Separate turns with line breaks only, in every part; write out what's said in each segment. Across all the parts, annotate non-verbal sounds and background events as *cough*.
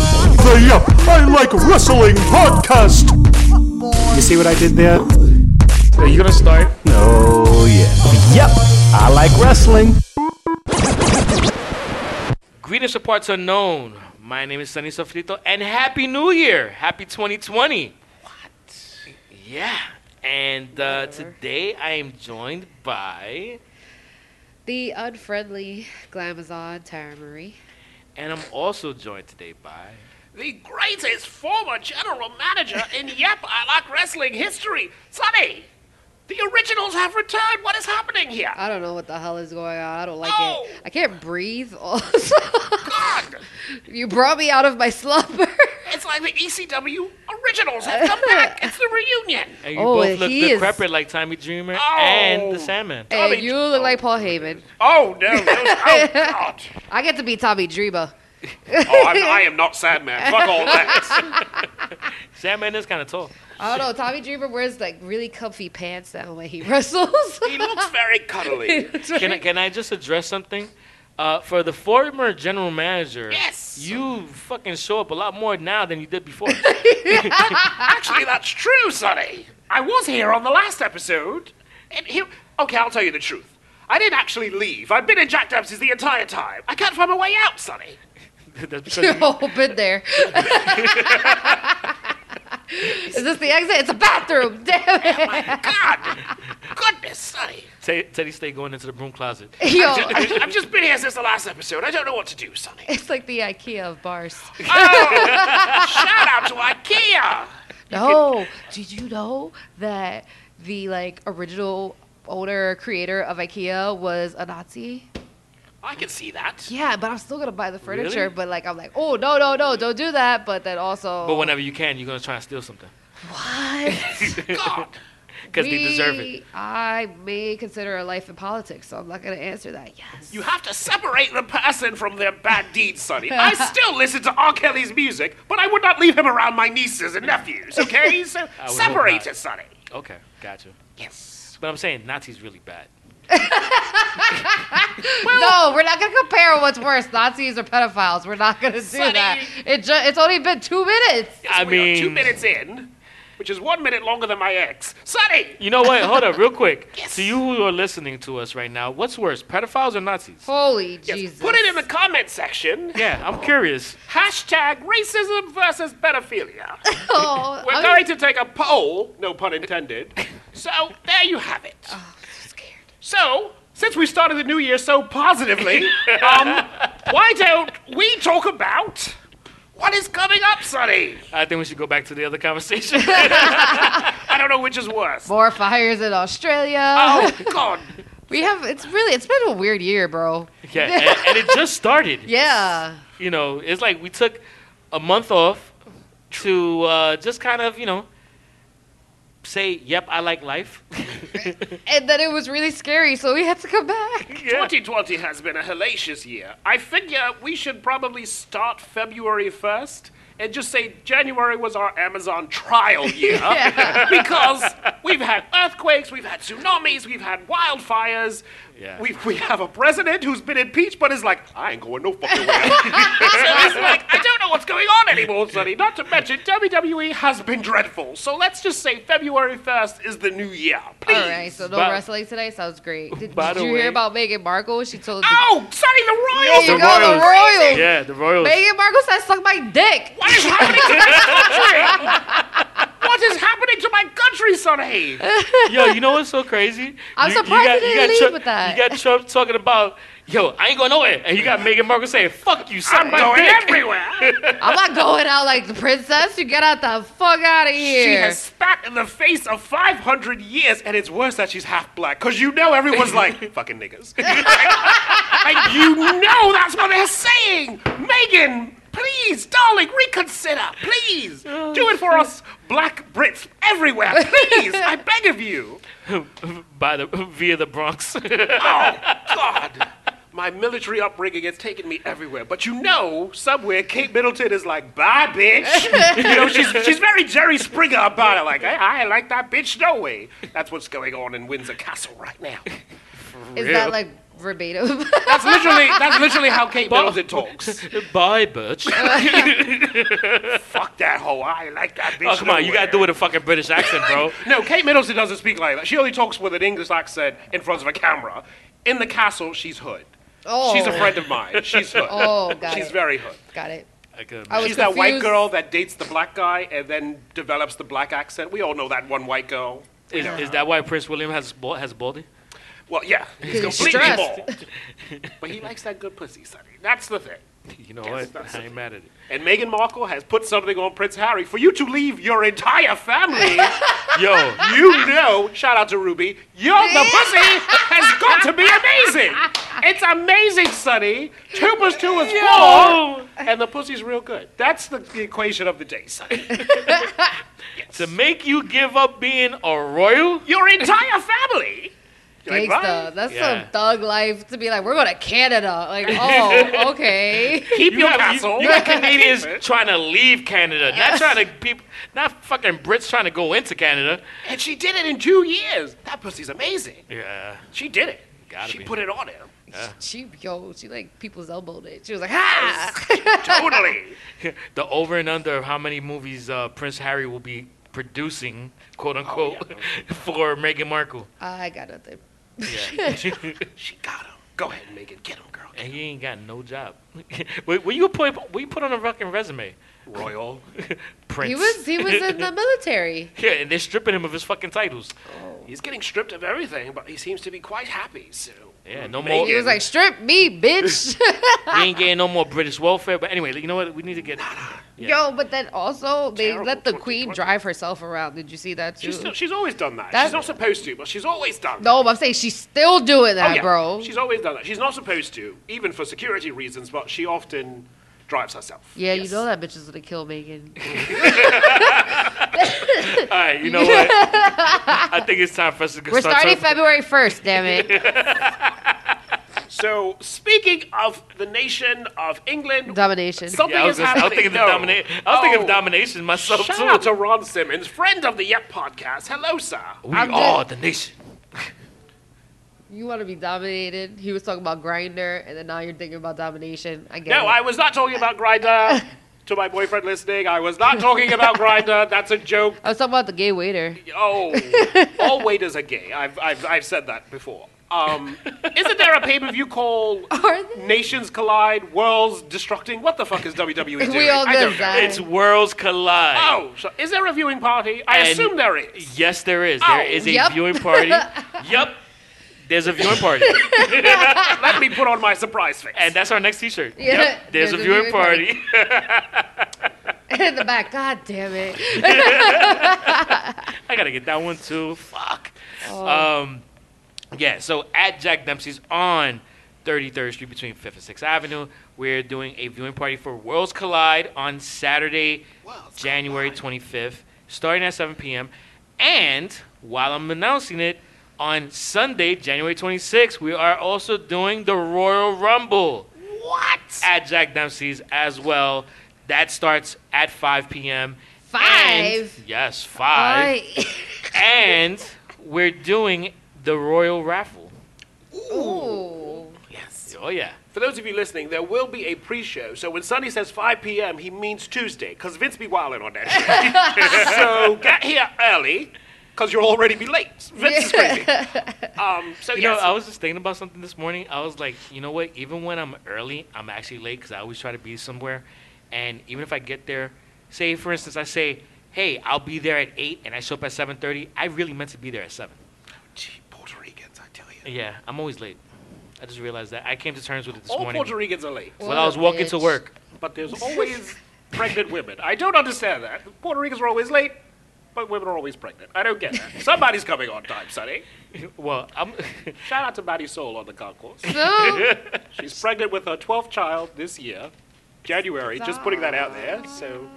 Hurry up! I like wrestling podcast! You see what I did there?
Are you gonna start?
Oh, yeah. Yep, I like wrestling.
Greetings to parts unknown. My name is Sunny Sofrito, and Happy New Year! Happy 2020. What? Yeah. And uh, today I am joined by,
The unfriendly Glamazon Tara Marie.
and I'm also joined today by.
The greatest former general manager in Yep, I Like Wrestling history. Sonny, the originals have returned. What is happening here?
I don't know what the hell is going on. I don't like
No!
it. I can't breathe. Also, *laughs*
God,
you brought me out of my slumber. *laughs*
it's like the ECW originals have come back. It's the reunion.
And you
Oh,
both look
he is-
decrepit like Tommy Dreamer and the
Oh.
Sandman.
And
Tommy-
you look like Paul Heyman.
Oh no! no oh God!
I get to be Tommy Dreamer.
Oh, I'm, I am not Sandman. Fuck all that.
Sandman is kind of tall.
I don't know. Tommy Dreamer wears like really comfy pants now when he *laughs* wrestles.
*laughs* He looks very cuddly.
Can I, can I just address something? Uh, for the former general manager,
Yes.
you fucking show up a lot more now than you did before. *laughs*
Actually, that's true, Sonny. I was here on the last episode, and here. Okay, I'll tell you the truth. I didn't actually leave. I've been in Jack Dempsey's the entire time. I can't find my way out, Sonny.
That's because you-
*laughs*
oh, been there. *laughs* Is this the exit? It's a bathroom. Damn it.
God, goodness, Sonny.
Te- Teddy stay going into the broom closet.
Yo,
I- I've just been here since the last episode. I don't know what to do, Sonny.
*laughs*
Oh,
it's like the IKEA of bars.
Shout out to IKEA.
No, did you know that the like original owner creator of IKEA was a Nazi?
I can see that.
Yeah, but I'm still gonna buy the furniture.
Really?
But like, I'm like, oh no, no, no, don't do that. But then also,
But whenever you can, you're gonna try and steal something
*laughs*
*laughs*
what?
God.
because they deserve it.
We- I may consider a life in politics, so I'm not gonna answer that. Yes.
You have to separate the person from their bad deeds, Sonny. I still listen to R. Kelly's music, but I would not leave him around my nieces and nephews, okay? So
hope
separate
not.
us, Sonny.
Okay, gotcha.
Yes.
But I'm saying Nazis really bad.
no, we're not gonna compare what's worse, Nazis or pedophiles. We're not gonna do
Sonny.
that. It ju- it's only been two minutes.
I
we are two
mean-
minutes in, which is one minute longer than my ex. Sonny!
You
*laughs*
know what? Hold up, real quick.
Yes.
To you who are listening to us right now, what's worse, pedophiles or Nazis?
Holy
Yes,
Jesus!
Put it in the comment section.
Yeah, I'm curious.
Hashtag racism versus pedophilia.
Oh,
We're
I'm
going to take a poll, no pun intended. So there you have it.
scared.
So since we started the new year so positively, um, why don't we talk about what is coming up, Sonny?
I think we should go back to the other
*laughs*
conversation. *laughs*
I don't know which is worse.
More fires in Australia.
Oh God!
We have it's really it's been a weird year, bro.
yeah, and, and it just started.
Yeah.
You know, it's like we took a month off to uh, just kind of, you know, say, "Yep, I like life."
And then it was really scary, so we had to come back.
Yeah.
2020 has been a hellacious year. I figure we should probably start February 1st and just say January was our Amazon trial
*laughs*
year.
Yeah.
because we've had earthquakes, we've had tsunamis, we've had wildfires.
Yeah.
We, we have a president who's been impeached, but is like, I ain't going no fucking way.
*laughs*
so it's like, I don't know what's going on anymore, Sonny. Not to mention, WWE has been dreadful. So let's just say February 1st is the new year. Please.
Uh,
All right, so no
By-
wrestling tonight sounds great. Did,
by
did
the
you
way-
hear about Meghan Markle? She told the,
Oh, Sonny, the Royals!
There you
The
go, the
Royals.
Royals.
yeah, the Royals.
Meghan Markle said, "Suck my dick."
What is happening to my country? What is happening to my country, Sonny?
Yo, you know what's so crazy?
*laughs* I'm
you,
surprised
got,
he didn't
got
leave
Trump,
with that.
You got Trump talking about, yo, I ain't going nowhere. And you got Meghan Markle saying, fuck you, son.
I'm going everywhere.
I'm not going out like the princess. You get out the fuck out of here.
She has spat in the face of 500 years, and it's worse that she's half black, because you know everyone's like, fucking niggas. *laughs* like, you know that's what they're saying. Megan, please, darling, reconsider. Please. Do it for us black Brits everywhere. Please. I beg of you.
*laughs* By the, via the Bronx. *laughs*
Oh, God. My military upbringing has taken me everywhere. But you know, somewhere, Kate Middleton is like, bye,
*laughs*
bitch. you know, she's, she's very Jerry Springer about it. Like, I, I like that bitch, no way. That's what's going on in Windsor Castle right now.
Is
real.
that like verbatim. *laughs*
That's literally that's literally how Kate
But-
Middleton talks.
Bye, bitch.
Fuck that hoe. I like that bitch.
*laughs* Oh, come on, you gotta do it in fucking British accent, *laughs* bro.
No, Kate Middleton doesn't speak like that. She only talks with an English accent in front of a camera. In the castle, she's hood.
oh,
She's a friend of
*laughs*
mine. She's hood.
Oh, got
she's
it.
very hood.
Got it.
I could
I was
She's that white
confused.
girl that dates the black guy and then develops the black accent. We all know that one white girl.
is, is that why Prince William has bald, has baldy? *laughs*
Well, yeah, he's
He's
completely
stressed.
bald. But he likes that good pussy, Sonny. That's the thing.
You know what?
Yes, that's
I ain't mad at it.
And Meghan Markle has put something on Prince Harry for you to leave your
*laughs*
entire family. *laughs*
Yo,
you know, shout out to Ruby, yo, the pussy has got to be amazing. It's amazing, Sonny. Two plus two is four, and the pussy's real good. That's the, the equation of the day, Sonny.
to make you give up being a royal?
Your entire family. You're like,
Thanks,
"Right,
though. That's
Yeah.
some thug life to be like, we're going to Canada. Like,
*laughs*
oh, okay.
Keep your
got-
castle.
you got
*laughs*
Canadians
Keep it.
trying to leave Canada, not trying to people, not fucking Brits trying to go into Canada.
and she did it in two years. That pussy's amazing.
Yeah,
She did it.
Gotta
she
be.
put it on him.
She, yo, she like people's elbowed it. She was like, ha!
*laughs* totally.
the over and under of how many movies uh, Prince Harry will be producing, quote
Oh,
unquote, *laughs* for Meghan Markle.
I got nothing.
Yeah.
She got him. Go ahead, Megan. Get him, girl.
and he ain't got no job. *laughs* what, what you put? What you put on a fucking resume? *laughs*
Royal.
Prince.
He was, he was in
*laughs*
the military.
*laughs* Yeah, and they're stripping him of his fucking titles.
He's getting stripped of everything, but he seems to be quite happy. So
Yeah, no
Megan.
more.
He was like, strip me,
*laughs*
bitch.
he ain't getting no more British welfare. But anyway, you know what? We need to get.
Yo, but then also, they
Terrible
let the
2020.
queen drive herself around. Did you see that, too?
she's still, she's always done that.
That-
she's not supposed to, but she's always done. that.
no, but I'm saying she's still doing
Oh,
that,
yeah.
bro.
She's always done that. She's not supposed to, even for security reasons, but she often drives herself.
yeah,
Yes.
you know that bitch is gonna kill Megan.
All right, you know
*laughs*
what? I think it's time for us to
We're
start
starting
talking-
February 1st, damn
*laughs*
it.
So speaking of the nation of England,
Domination.
something
Yeah, I was,
is
gonna- I was
happening.
thinking
No.
of dominate. I was thinking
Oh.
of domination myself
Shout
too.
out to Ron Simmons, friend of the Yep podcast. Hello, sir.
we
I'm
are the nation.
You want to be dominated? He was talking about grinder, and then now you're thinking about domination. I get
No,
it.
I was not talking about
*laughs*
Grinder. to my boyfriend listening, I was not talking about Grinder. That's a joke.
I was talking about the gay waiter. *laughs*
Oh, all waiters are gay. I've, I've, I've said that before. Um, isn't there a pay per view called
Are they?
Nations Collide, Worlds Destructing? What the fuck is WWE doing?
*laughs* We all
I don't
did
know.
that.
It's worlds collide.
Oh, so is there a viewing party? I
And-
assume there is.
Yes, there is. There
Oh.
is a
Yep.
viewing party. yep, there's a viewing party,
Let me put on my surprise face.
and that's our next T-shirt.
Yeah,
Yep, there's, a viewing party. *laughs*
In the back, god damn it.
I gotta get that one too. Fuck.
Oh.
Uh,
Um, yeah. So at Jack Dempsey's on 33rd Street between 5th and 6th Avenue, we're doing a viewing party for Worlds Collide on Saturday, January 25th, starting at 7 p.m. And while I'm announcing it, on Sunday, January 26th, we are also doing the Royal Rumble
what?
at Jack Dempsey's as well. That starts at 5 p.m. And-
Five?
yes, five and we're doing the royal raffle.
I- *laughs* Ooh.
Yes.
Oh yeah.
For those of you listening, there will be a pre-show. So when Sonny says 5 p.m., he means Tuesday, because Vince be wilding on that shit. so get here early, because you'll already be late. Vince is crazy. Um, so
You
yes.
know, I was just thinking about something this morning. I was like, you know what? Even when I'm early, I'm actually late because I always try to be somewhere. And even if I get there, say for instance, I say, "Hey, I'll be there at 8," and I show up at 7:30. I really meant to be there at 7.
Gee, Puerto Ricans, I tell you.
Yeah, I'm always late. I just realized that. I came to terms with it this
All
morning.
Puerto Ricans are late,
While I was walking to *laughs*
Bitch.
work.
but there's always pregnant women. I don't understand that. Puerto Ricans are always late, but women are always pregnant. I don't get that. Somebody's coming on time, Sonny.
Well, I'm *laughs*
Shout out to Maddie Soul on the concourse. *laughs*
So,
She's pregnant with her 12th child this year, January. Just putting that out there. So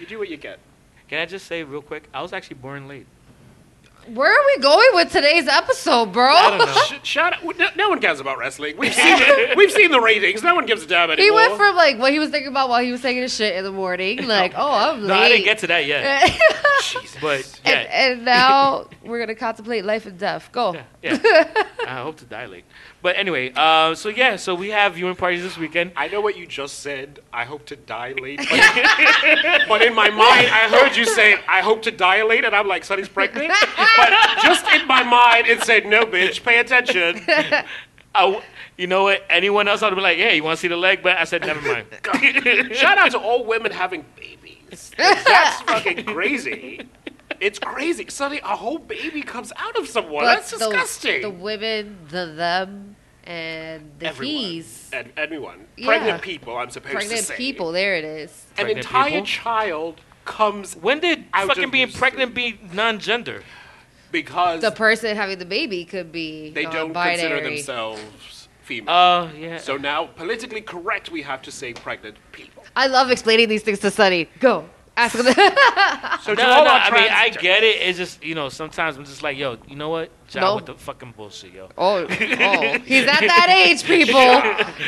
you do what you get.
Can I just say real quick? I was actually born late.
where are we going with today's episode,
I
bro?
don't know.
Sh- Shut up. No, no one cares about wrestling. We've seen,
*laughs*
the, we've seen the ratings. No one gives a
*laughs*
damn
He
anymore.
went from like what he was thinking about while he was taking a shit in the morning, like, oh, I'm
*laughs*
late.
No, I
*laughs*
didn't get to that yet. But yeah, *laughs*
and, and now we're gonna contemplate life and death. Go.
Yeah, yeah. I hope to dilate. But anyway, uh, so yeah, so we have viewing parties this weekend.
I know what you just said. I hope to die late. But, *laughs* but in my mind, I heard you say, I hope to die late, and I'm like,
*laughs*
Sonny's pregnant. But just in my mind, it said, no, bitch, pay attention.
I w- you know what? Anyone else, I'd be like, hey, you want to see the leg? But I said, never mind.
Shout out to all women having babies.
*laughs*
That's fucking crazy. It's crazy. Suddenly, a whole baby comes out of someone. That's
But the-
disgusting.
The women, the them, and the
Everyone.
he's.
And anyone.
Yeah.
Pregnant people, I'm supposed to
Pregnant
say.
people. There it is.
An
Pregnant
entire
people.
child comes
When did
Out
fucking
of
being
use.
pregnant be non-gender?
because
The person having the baby could be
they don't
non-binary.
consider themselves female.
Uh, yeah.
so now, politically correct, we have to say pregnant people.
*laughs* I love explaining these things to Sunny. Go ask them.
So to
no,
all
no,
our
I mean, I
trans-
get it. It's just, you know, sometimes I'm just like, yo, you know what? John
No.
with the fucking bullshit, yo.
*laughs* oh, oh, he's at
*laughs*
that age, people.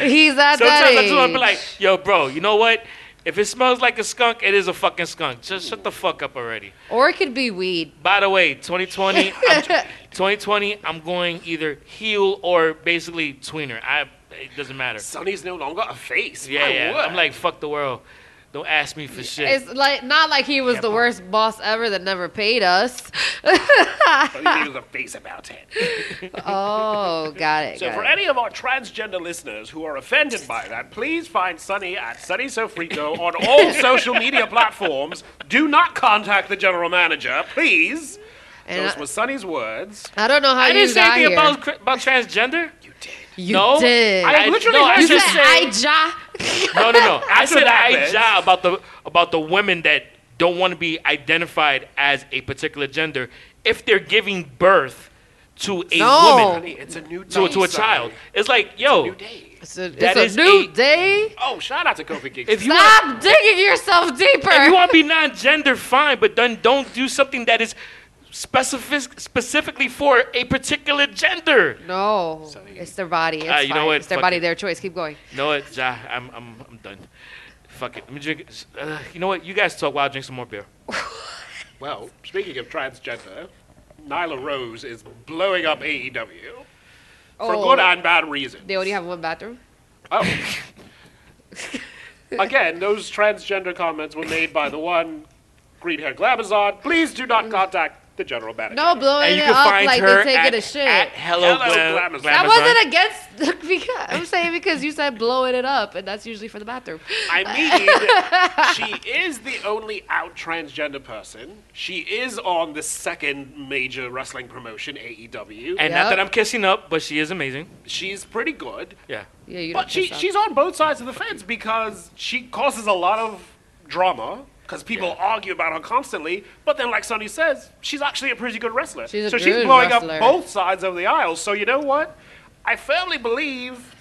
He's at that
Sometimes I
age.
just want to be like, yo, bro, you know what? If it smells like a skunk, it is a fucking skunk. Just shut the fuck up already.
or it could be weed.
By the way,
*laughs*
2020, I'm, 2020, I'm going either heel or basically tweener. I it doesn't matter.
Sonny's no longer a face.
Yeah,
I
yeah.
would.
I'm like, fuck the world. Don't ask me for shit.
It's like not like he was the worst boss ever that never
*laughs*
paid us.
Sonny was a face about it.
Oh, got it.
So
got
for
it.
any of our transgender listeners who are offended by that, please find Sonny at Sonny Sofrito on
*laughs*
all social media platforms. Do not contact the general manager, please.
And
Those
I-
were Sonny's words.
I don't know how
I
you
didn't say
got
anything
here.
about, cr- about transgender.
You did.
you
no,
did.
I literally
no, I
you
heard
said
just said-
I ja.
No, no,
*laughs*
no. I
That's
said
what that
I
meant.
ja about the about the women that don't want to be identified as a particular gender if they're giving birth to a
No.
woman
Sonny, it's a new day.
to, to a
Sonny.
child. It's like, yo,
New day.
It's a,
That
it's a
is
new
a-
day.
Oh, shout out to Kofi Kingston.
if you want,
Stop digging yourself deeper.
if you want to be
*laughs*
non-gender, fine, but then don't do something that is specific specifically for a particular gender.
no, it's their body. It's
Ah, you know
fine.
what?
It's their
Fuck
body,
it.
their choice. Keep going.
No, it's, uh, I'm, I'm, I'm done. Fuck it. Let me drink. Uh, you know what? You guys talk while I drink some more beer.
Well, speaking of transgender, Nyla Rose is blowing up AEW for
Oh.
good and bad reasons.
They only have one bathroom.
Oh. Again, those transgender comments were made by the one green haired glamazon. Please do not contact the general manager.
Mm. No blowing
and you
it
can
up
find
like
her
they're taking
at,
a shit.
at Hello,
Hello,
Glam-
Glamazon.
Glamazon.
I wasn't against. *laughs* Because, I'm saying because you said blowing it up, and that's usually for the bathroom.
*laughs*
I mean, she is the only out transgender person. She is on the second major wrestling promotion, AEW.
And
Yep.
not that I'm kissing up, but she is amazing.
she's pretty good.
Yeah.
Yeah, you
But
don't
she,
piss off.
she's on both sides of the fence because she causes a lot of drama because people argue about her constantly. But then, like Sonny says, she's actually a pretty good wrestler.
She's a
so she's
good
blowing
wrestler.
up both sides of the aisle. So you know what? I firmly believe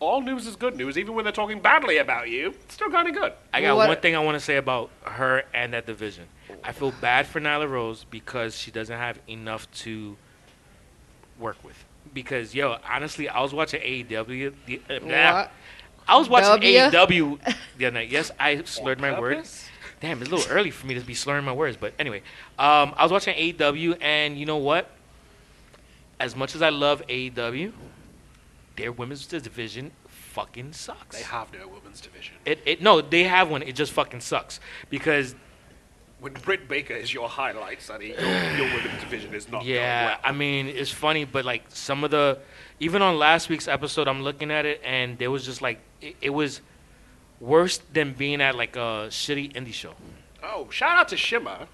all news is good news, even when they're talking badly about you. It's still kind of good.
I got
What-
one thing I want to say about her and that division. I feel bad for Nyla Rose because she doesn't have enough to work with. Because yo, honestly, I was watching AEW. The, uh, nah.
What?
I was watching
W?
AEW the other night. Yes, I slurred my words.
Purpose?
Damn, it's a little early for me to be slurring my words, but anyway, um, I was watching AEW, and you know what? As much as I love AEW, their women's division fucking sucks.
They have no women's division.
It, it no, they have one. It just fucking sucks because
When Britt Baker is your highlight, Sonny, your, your women's division is not
yeah, I mean it's funny, but like some of the even on last week's episode, I'm looking at it and there was just like it, it was worse than being at like a shitty indie show.
going well. Oh, shout out to Shimmer.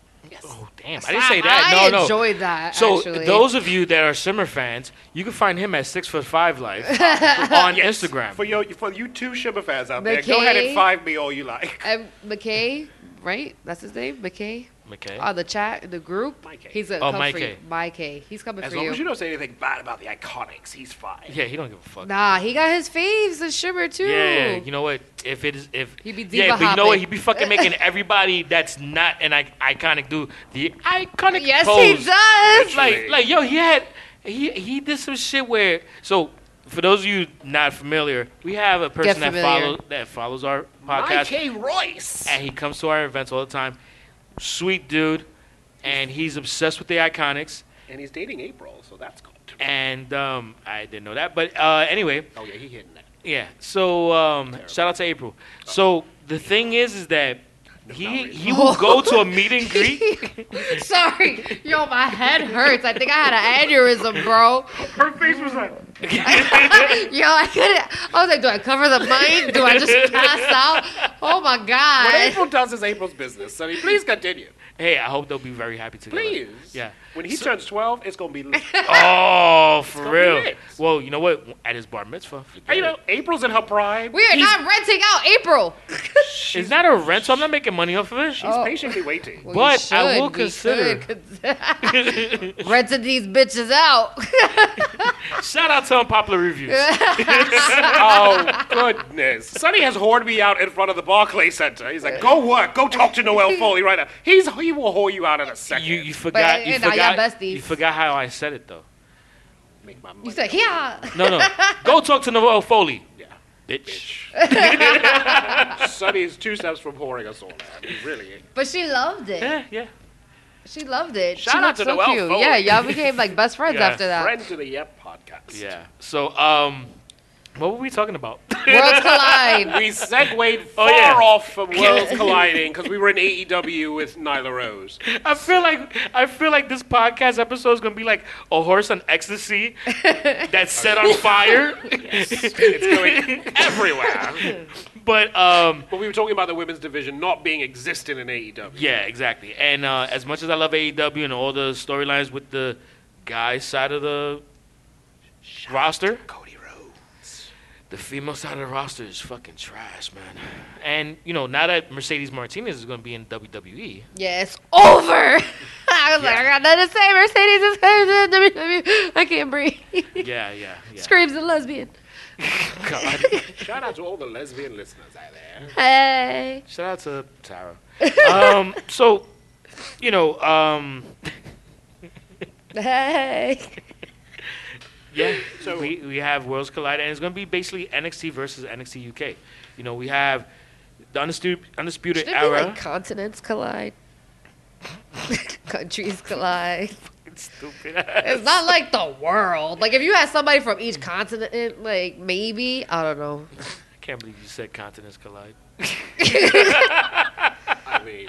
Oh damn, I didn't say that.
I
no, no.
enjoyed that.
So
actually.
those of you that are Simmer fans, you can find him at Six Foot Five
*laughs*
Life on Instagram.
For, your, for you two Shimmer fans out there, go ahead and
McKay.
find me all you like.
And McKay, right? That's his name, McKay.
Okay.
On the chat, the group.
Mike K.
He's gonna
Oh,
come
Mike
for you.
K.
Mike K. He's coming
As
for
long
you.
as you don't say anything bad about the Iconics, he's fine.
Yeah, he don't give a fuck.
Nah, he got his faves and Shimmer too.
Yeah, you know what? If it is, if
He be
yeah, but
diva
you know what?
hopping.
He be fucking
*laughs*
making everybody that's not an I- iconic dude the iconic.
yes,
pose.
he does.
Like, like yo, he had he he did some shit where so. For those of you not familiar, we have a person that
familiar.
follows that follows our podcast,
I.K. Royce.
and he comes to our events all the time. Sweet dude, and he's obsessed with the iconics.
And he's dating April, so that's cool.
and um, I didn't know that. But uh, anyway,
Oh yeah, he hitting that.
yeah. So um, shout out to April. So the thing is, is that he he
*laughs*
will go to a meet and greet.
Sorry, yo, my head hurts. I think I had an aneurysm, bro. *laughs*
Her face was like,
Yo, I couldn't. I was like, do I cover the mic? Do I just pass out? Oh my
what
god.
April does is April's business. Sonny,
*laughs*
please continue.
Hey, I hope they'll be very happy together.
Please.
Yeah.
When he turns 12, it's going to be lit.
*laughs* Oh, for
gonna be
real.
lit.
Well, you know what? At his bar mitzvah,
you know, April's in her prime.
We are
He's
not renting out April.
it's not a rental. I'm not making money off of it.
Oh.
He's
*laughs*
patiently waiting.
Well, you
But I will
should, we
consider.
should *laughs* cons- renting these bitches out. *laughs*
Shout out to unpopular reviews.
*laughs* oh, goodness. Sonny has whored me out in front of the Barclay Center. He's like, go work. Go talk to Noel Foley right now. He's, he will whore you out in a second.
You you forgot
But,
you
you know, y'all
forgot
besties.
you forgot how I said it though.
Make my money.
you said, yeah.
No,
*laughs*
no. Go talk to Noel Foley,
Yeah.
bitch.
*laughs* Sonny is two steps from whoring us all out. He really is.
But she loved it.
Yeah, yeah.
She loved it.
Shout
she
out
looked
to
so
Noelle
cute.
Foley.
Yeah, y'all became like best friends
Yeah,
after that.
Friend to the Yep podcast.
Yeah. So, um, what were we talking about?
*laughs* Worlds
*laughs*
collide.
We segued far
Oh, *laughs* yeah.
off from worlds colliding because we were in AEW with Nyla Rose.
I feel like I feel like this podcast episode is gonna be like a horse on
*laughs*
ecstasy that's set on fire. *laughs*
It's going everywhere.
But um,
But we were talking about the women's division not being existent in E AEW.
yeah, exactly. And uh, as much as I love AEW and all the storylines with the guy side of the roster,
Cody Rhodes.
the female side of the roster is fucking trash, man. And you know, now that Mercedes Martinez is gonna be in E. WWE,
*laughs*
Yeah, it's over. *laughs* I was like, I got nothing to say. Mercedes is coming. *laughs* I can't breathe.
yeah, yeah, yeah.
Screams
*laughs*
a lesbian. *laughs*
God.
*laughs* Shout out to all the lesbian listeners out there.
Hey.
Shout out to Tara. um, so, you know, um,
*laughs* Hey.
yeah.
So-
we we have Worlds Collide, and it's gonna be basically NXT versus NXT UK. You know, we have the undisputed, undisputed
Should it be
era.
like continents collide? *laughs* Countries collide.
*laughs*
*laughs*
Stupid.
It's not like the world. Like if you had somebody from each continent, like maybe I don't know.
I can't believe you said continents collide.
I mean,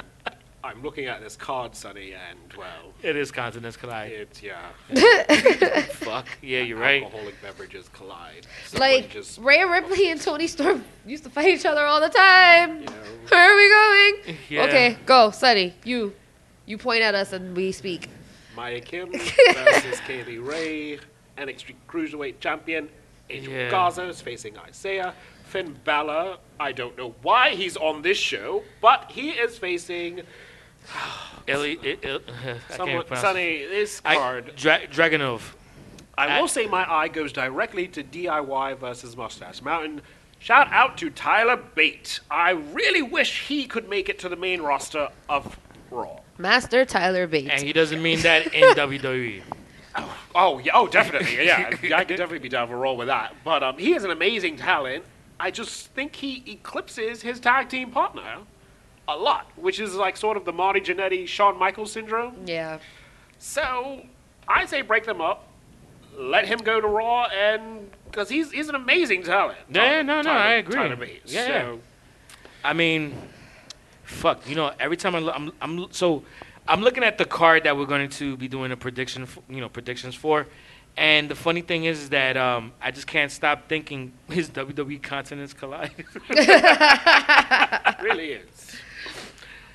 I'm looking at this card, Sonny, and well,
It is continents collide.
it's yeah.
Fuck. Yeah, you're right.
Alcoholic beverages collide. Someone
Like
just,
Ray Ripley and Tony Storm used to fight each other all the time.
you know,
Where are we going?
Yeah.
Okay, go, Sunny. You, you point at us and we speak.
Maya Kim versus Kaylee Ray, NXT Cruiserweight Champion. Angel
Yeah.
Garza is facing Isaiah. Finn Balor, I don't know why he's on this show, but he is facing
Illy, it, it, I *laughs*
someone.
can't pronounce. it.
Sonny, this
I,
card.
Dra- Dragonov.
I,
I-
will say my eye goes directly to DIY versus Mustache Mountain. Shout out to Tyler Bate. I really wish he could make it to the main roster of Raw.
Master Tyler Bates.
And he doesn't mean that in
*laughs*
E. WWE.
Oh yeah, oh definitely, yeah.
*laughs*
I could definitely be down for a roll with that. But um, he is an amazing talent. I just think he eclipses his tag team partner a lot, which is like sort of the Marty Jannetty, Shawn Michaels syndrome.
yeah.
So I say break them up, let him go to Raw, and because he's he's an amazing talent. Um,
Yeah, yeah, no, no,
Tyler-
I agree.
Tyler Bates.
Yeah, yeah.
so,
I mean, fuck. You know, every time I look, I'm, I'm so I'm looking at the card that we're going to be doing a prediction, f- you know, predictions for. And the funny thing is that um, I just can't stop thinking *laughs* his WWE continents collide. *laughs*
it really is.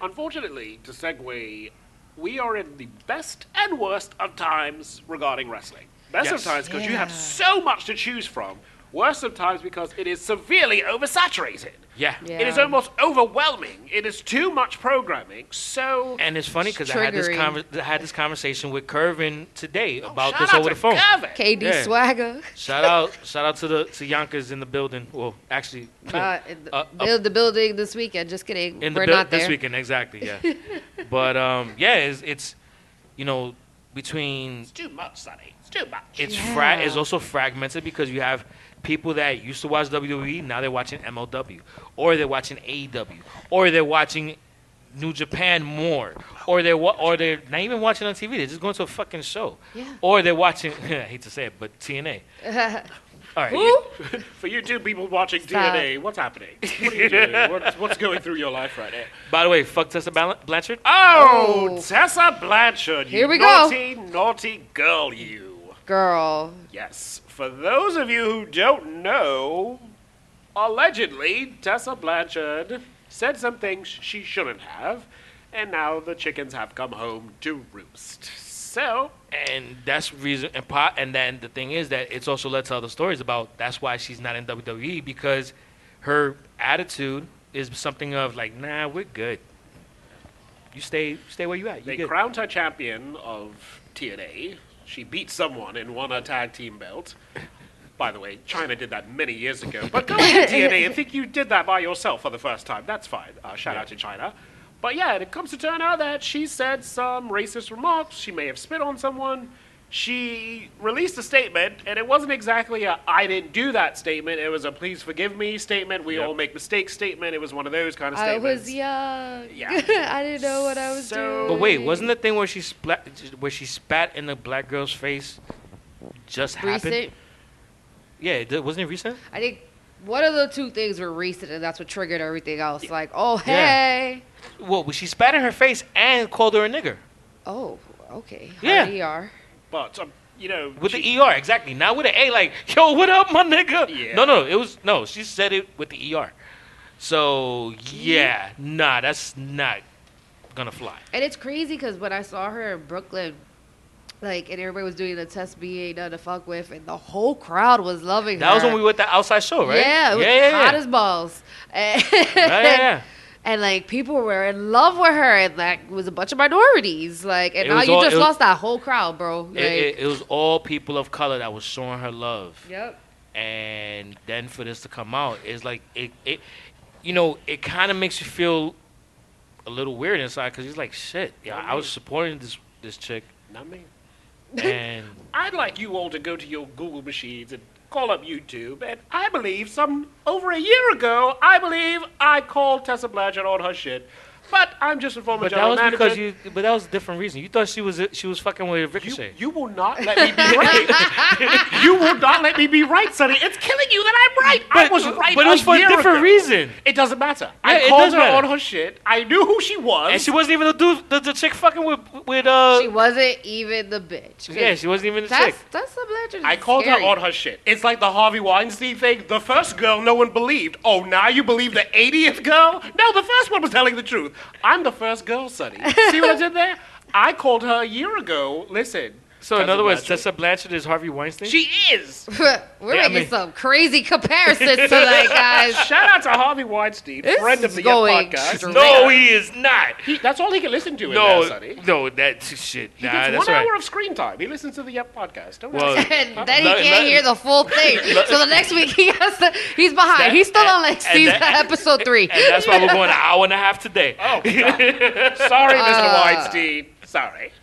Unfortunately, to segue, we are in the best and worst of times regarding wrestling. Best
Yes.
of times because you have
Yeah.
so much to choose from. Worst of times because it is severely oversaturated.
yeah.
Yeah.
It is almost overwhelming. It is too much programming. So
And it's funny because I had this
Triggering.
conver- I had this conversation with Curvin today about
Oh, shout
this
out
over
to
the phone.
Gavin.
KD
Yeah.
Swagger.
Shout out, shout out to the to Yonkers in the building. Well, actually,
Uh, in
*laughs*
the,
Uh, uh,
build the building this weekend. Just kidding.
in the
We're
buil-
not there.
this weekend exactly.
*laughs*
Yeah, but um, yeah, it's, it's you know between
It's too much, Sonny. It's too much.
it's
Yeah.
fra- it's also fragmented because you have people that used to E, watch WWE now they're watching MLW or they're watching AEW or they're watching New Japan more, or they're wa- or they're not even watching on TV. They're just going to a fucking show,
Yeah.
or they're watching. *laughs* I hate to say it, but
*laughs*
TNA. All right, *laughs*
Who?
For you two people watching
Stop.
DNA, what's happening? *laughs* What are you doing? What's, what's going through your life right now?
By the way, fuck Tessa Bal- Blanchard.
Oh,
Oh.
Tessa Blanchard, you
Here we go.
naughty, naughty girl, you.
Girl.
Yes, for those of you who don't know, allegedly Tessa Blanchard said some things she shouldn't have, and now the chickens have come home to roost. So,
and that's reason and pot and then the thing is that it's also led to other stories about that's why she's not in WWE because her attitude is something of like nah we're good you stay stay where you at you
They
good.
crowned her champion of TNA. She beat someone and won her tag team belt. By the way, China did that many years
*coughs*
ago. But go to TNA and think you did that by yourself for the first time. That's fine. Uh, shout out to China. But yeah, it comes to turn out that she said some racist remarks. She may have spit on someone. She released a statement, and it wasn't exactly a I didn't do that statement. It was a please forgive me statement. We all make mistakes statement. It was one of those kind of
I
statements.
was young.
Yeah.
*laughs* I didn't know what I was
So-
doing.
but wait wasn't the thing where she splat where she spat in the black girl's face just happened
recent?
yeah it did- wasn't it recent
I think one of the two things were recent, and that's what triggered everything else. Like, oh
Yeah.
hey,
well she spat in her face and called her a nigger
oh okay,
Yeah.
Hard ER.
But, um, you know,
with
she-
the er exactly not with the a like yo what up my nigga
Yeah.
no no it was no she said it with the er so yeah nah that's not gonna fly
And it's crazy because when I saw her in Brooklyn, like, and everybody was doing the test being done to fuck with, and the whole crowd was loving
that
her.
was when we were at the outside show right
Yeah, it was hot as balls.
*laughs*
*laughs*
yeah, yeah, yeah.
And like people were in love with her, and like was a bunch of minorities. Like,
It
and now
was
you
all-
just
it was-
lost that whole crowd, bro. Like,
It, it, it was all people of color that was showing her love
yep.
and then for this to come out is like it, it you know it kind of makes you feel a little weird inside because he's like shit yeah i was supporting this this
*laughs*
chick
Not me.
and
I'd like you all to go to your Google machines and call up YouTube. And I believe some over a year ago, I believe I called Tessa Blanchard on her shit. But I'm just a former
But that
general
was
manager.
because you. But that was a different reason. You thought she was she was fucking with
you,
Ricochet.
you will not let me be
*laughs*
right. you will not let me be right, Sonny. It's killing you that I'm right. I
but,
was right.
But it was for a
year
different
ago.
reason.
It doesn't matter.
Yeah,
I
it
called
does
her
matter.
on her shit. I knew who she was.
And she wasn't even the dude. The, the chick fucking with with uh.
She wasn't even the bitch. 'Cause
yeah, she wasn't even the chick.
That's that's some legend.
I called her on her shit. It's like the Harvey Weinstein thing. The first girl, no one believed. Oh, now you believe the 80th girl? No, the first one was telling the truth. I'm the first girl, Sonny. See what I did there? I called her a year ago. Listen.
So in
Tessa
other words,
Blanchard.
Tessa Blanchard is Harvey Weinstein.
She is.
*laughs* We're
Yeah, I
making
mean-
some crazy comparisons tonight, guys.
*laughs*
Shout out to Harvey Weinstein,
This
friend of
is
the uh,
going
podcast.
straight-
no, he is not.
He- that's all he can listen to in there,
No,
Sonny.
no, that shit.
He
Nah,
gets
that's
one
right.
hour of screen time. He listens to the Yep podcast. Don't
Well,
ask
*laughs*
him.
and then he
Lo-
can't
lo-
hear the
*laughs*
full thing. so the next week *laughs* he has to, he's behind.
That-
he's still on
and-
like
and
season
that-
episode three.
and that's why we're going an hour and a half today.
Oh, God. sorry,
*laughs* Uh.
Mr. Weinstein. Sorry.
*laughs*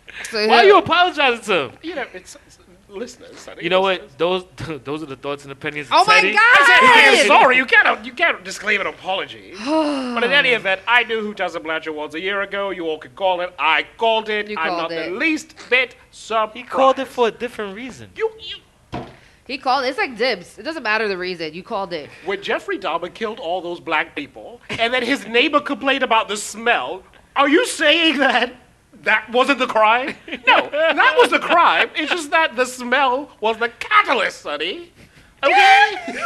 *laughs*
So-
Why are you apologizing to him?
You know, it's, it's listeners, Sonny.
You know
Listeners.
what? Those *laughs* those are the thoughts and opinions. of
Oh my
Teddy.
I am
god!
sorry. You can't you can't disclaim
*sighs*
an apology. but in any event, I knew who Tessa Blanchard was a year ago. You all could call it. I called it.
You
I'm
called
not
it.
the least bit surprised.
He called it for a different reason.
You, you,
He called. It's like dibs. It doesn't matter the reason. You called it.
when Jeffrey Dahmer killed all those black people, and then his neighbor complained about the smell. Are you saying that that wasn't
*laughs*
the crime? No, that was the crime. It's just that the smell was the catalyst, Sonny.
*laughs*
Okay.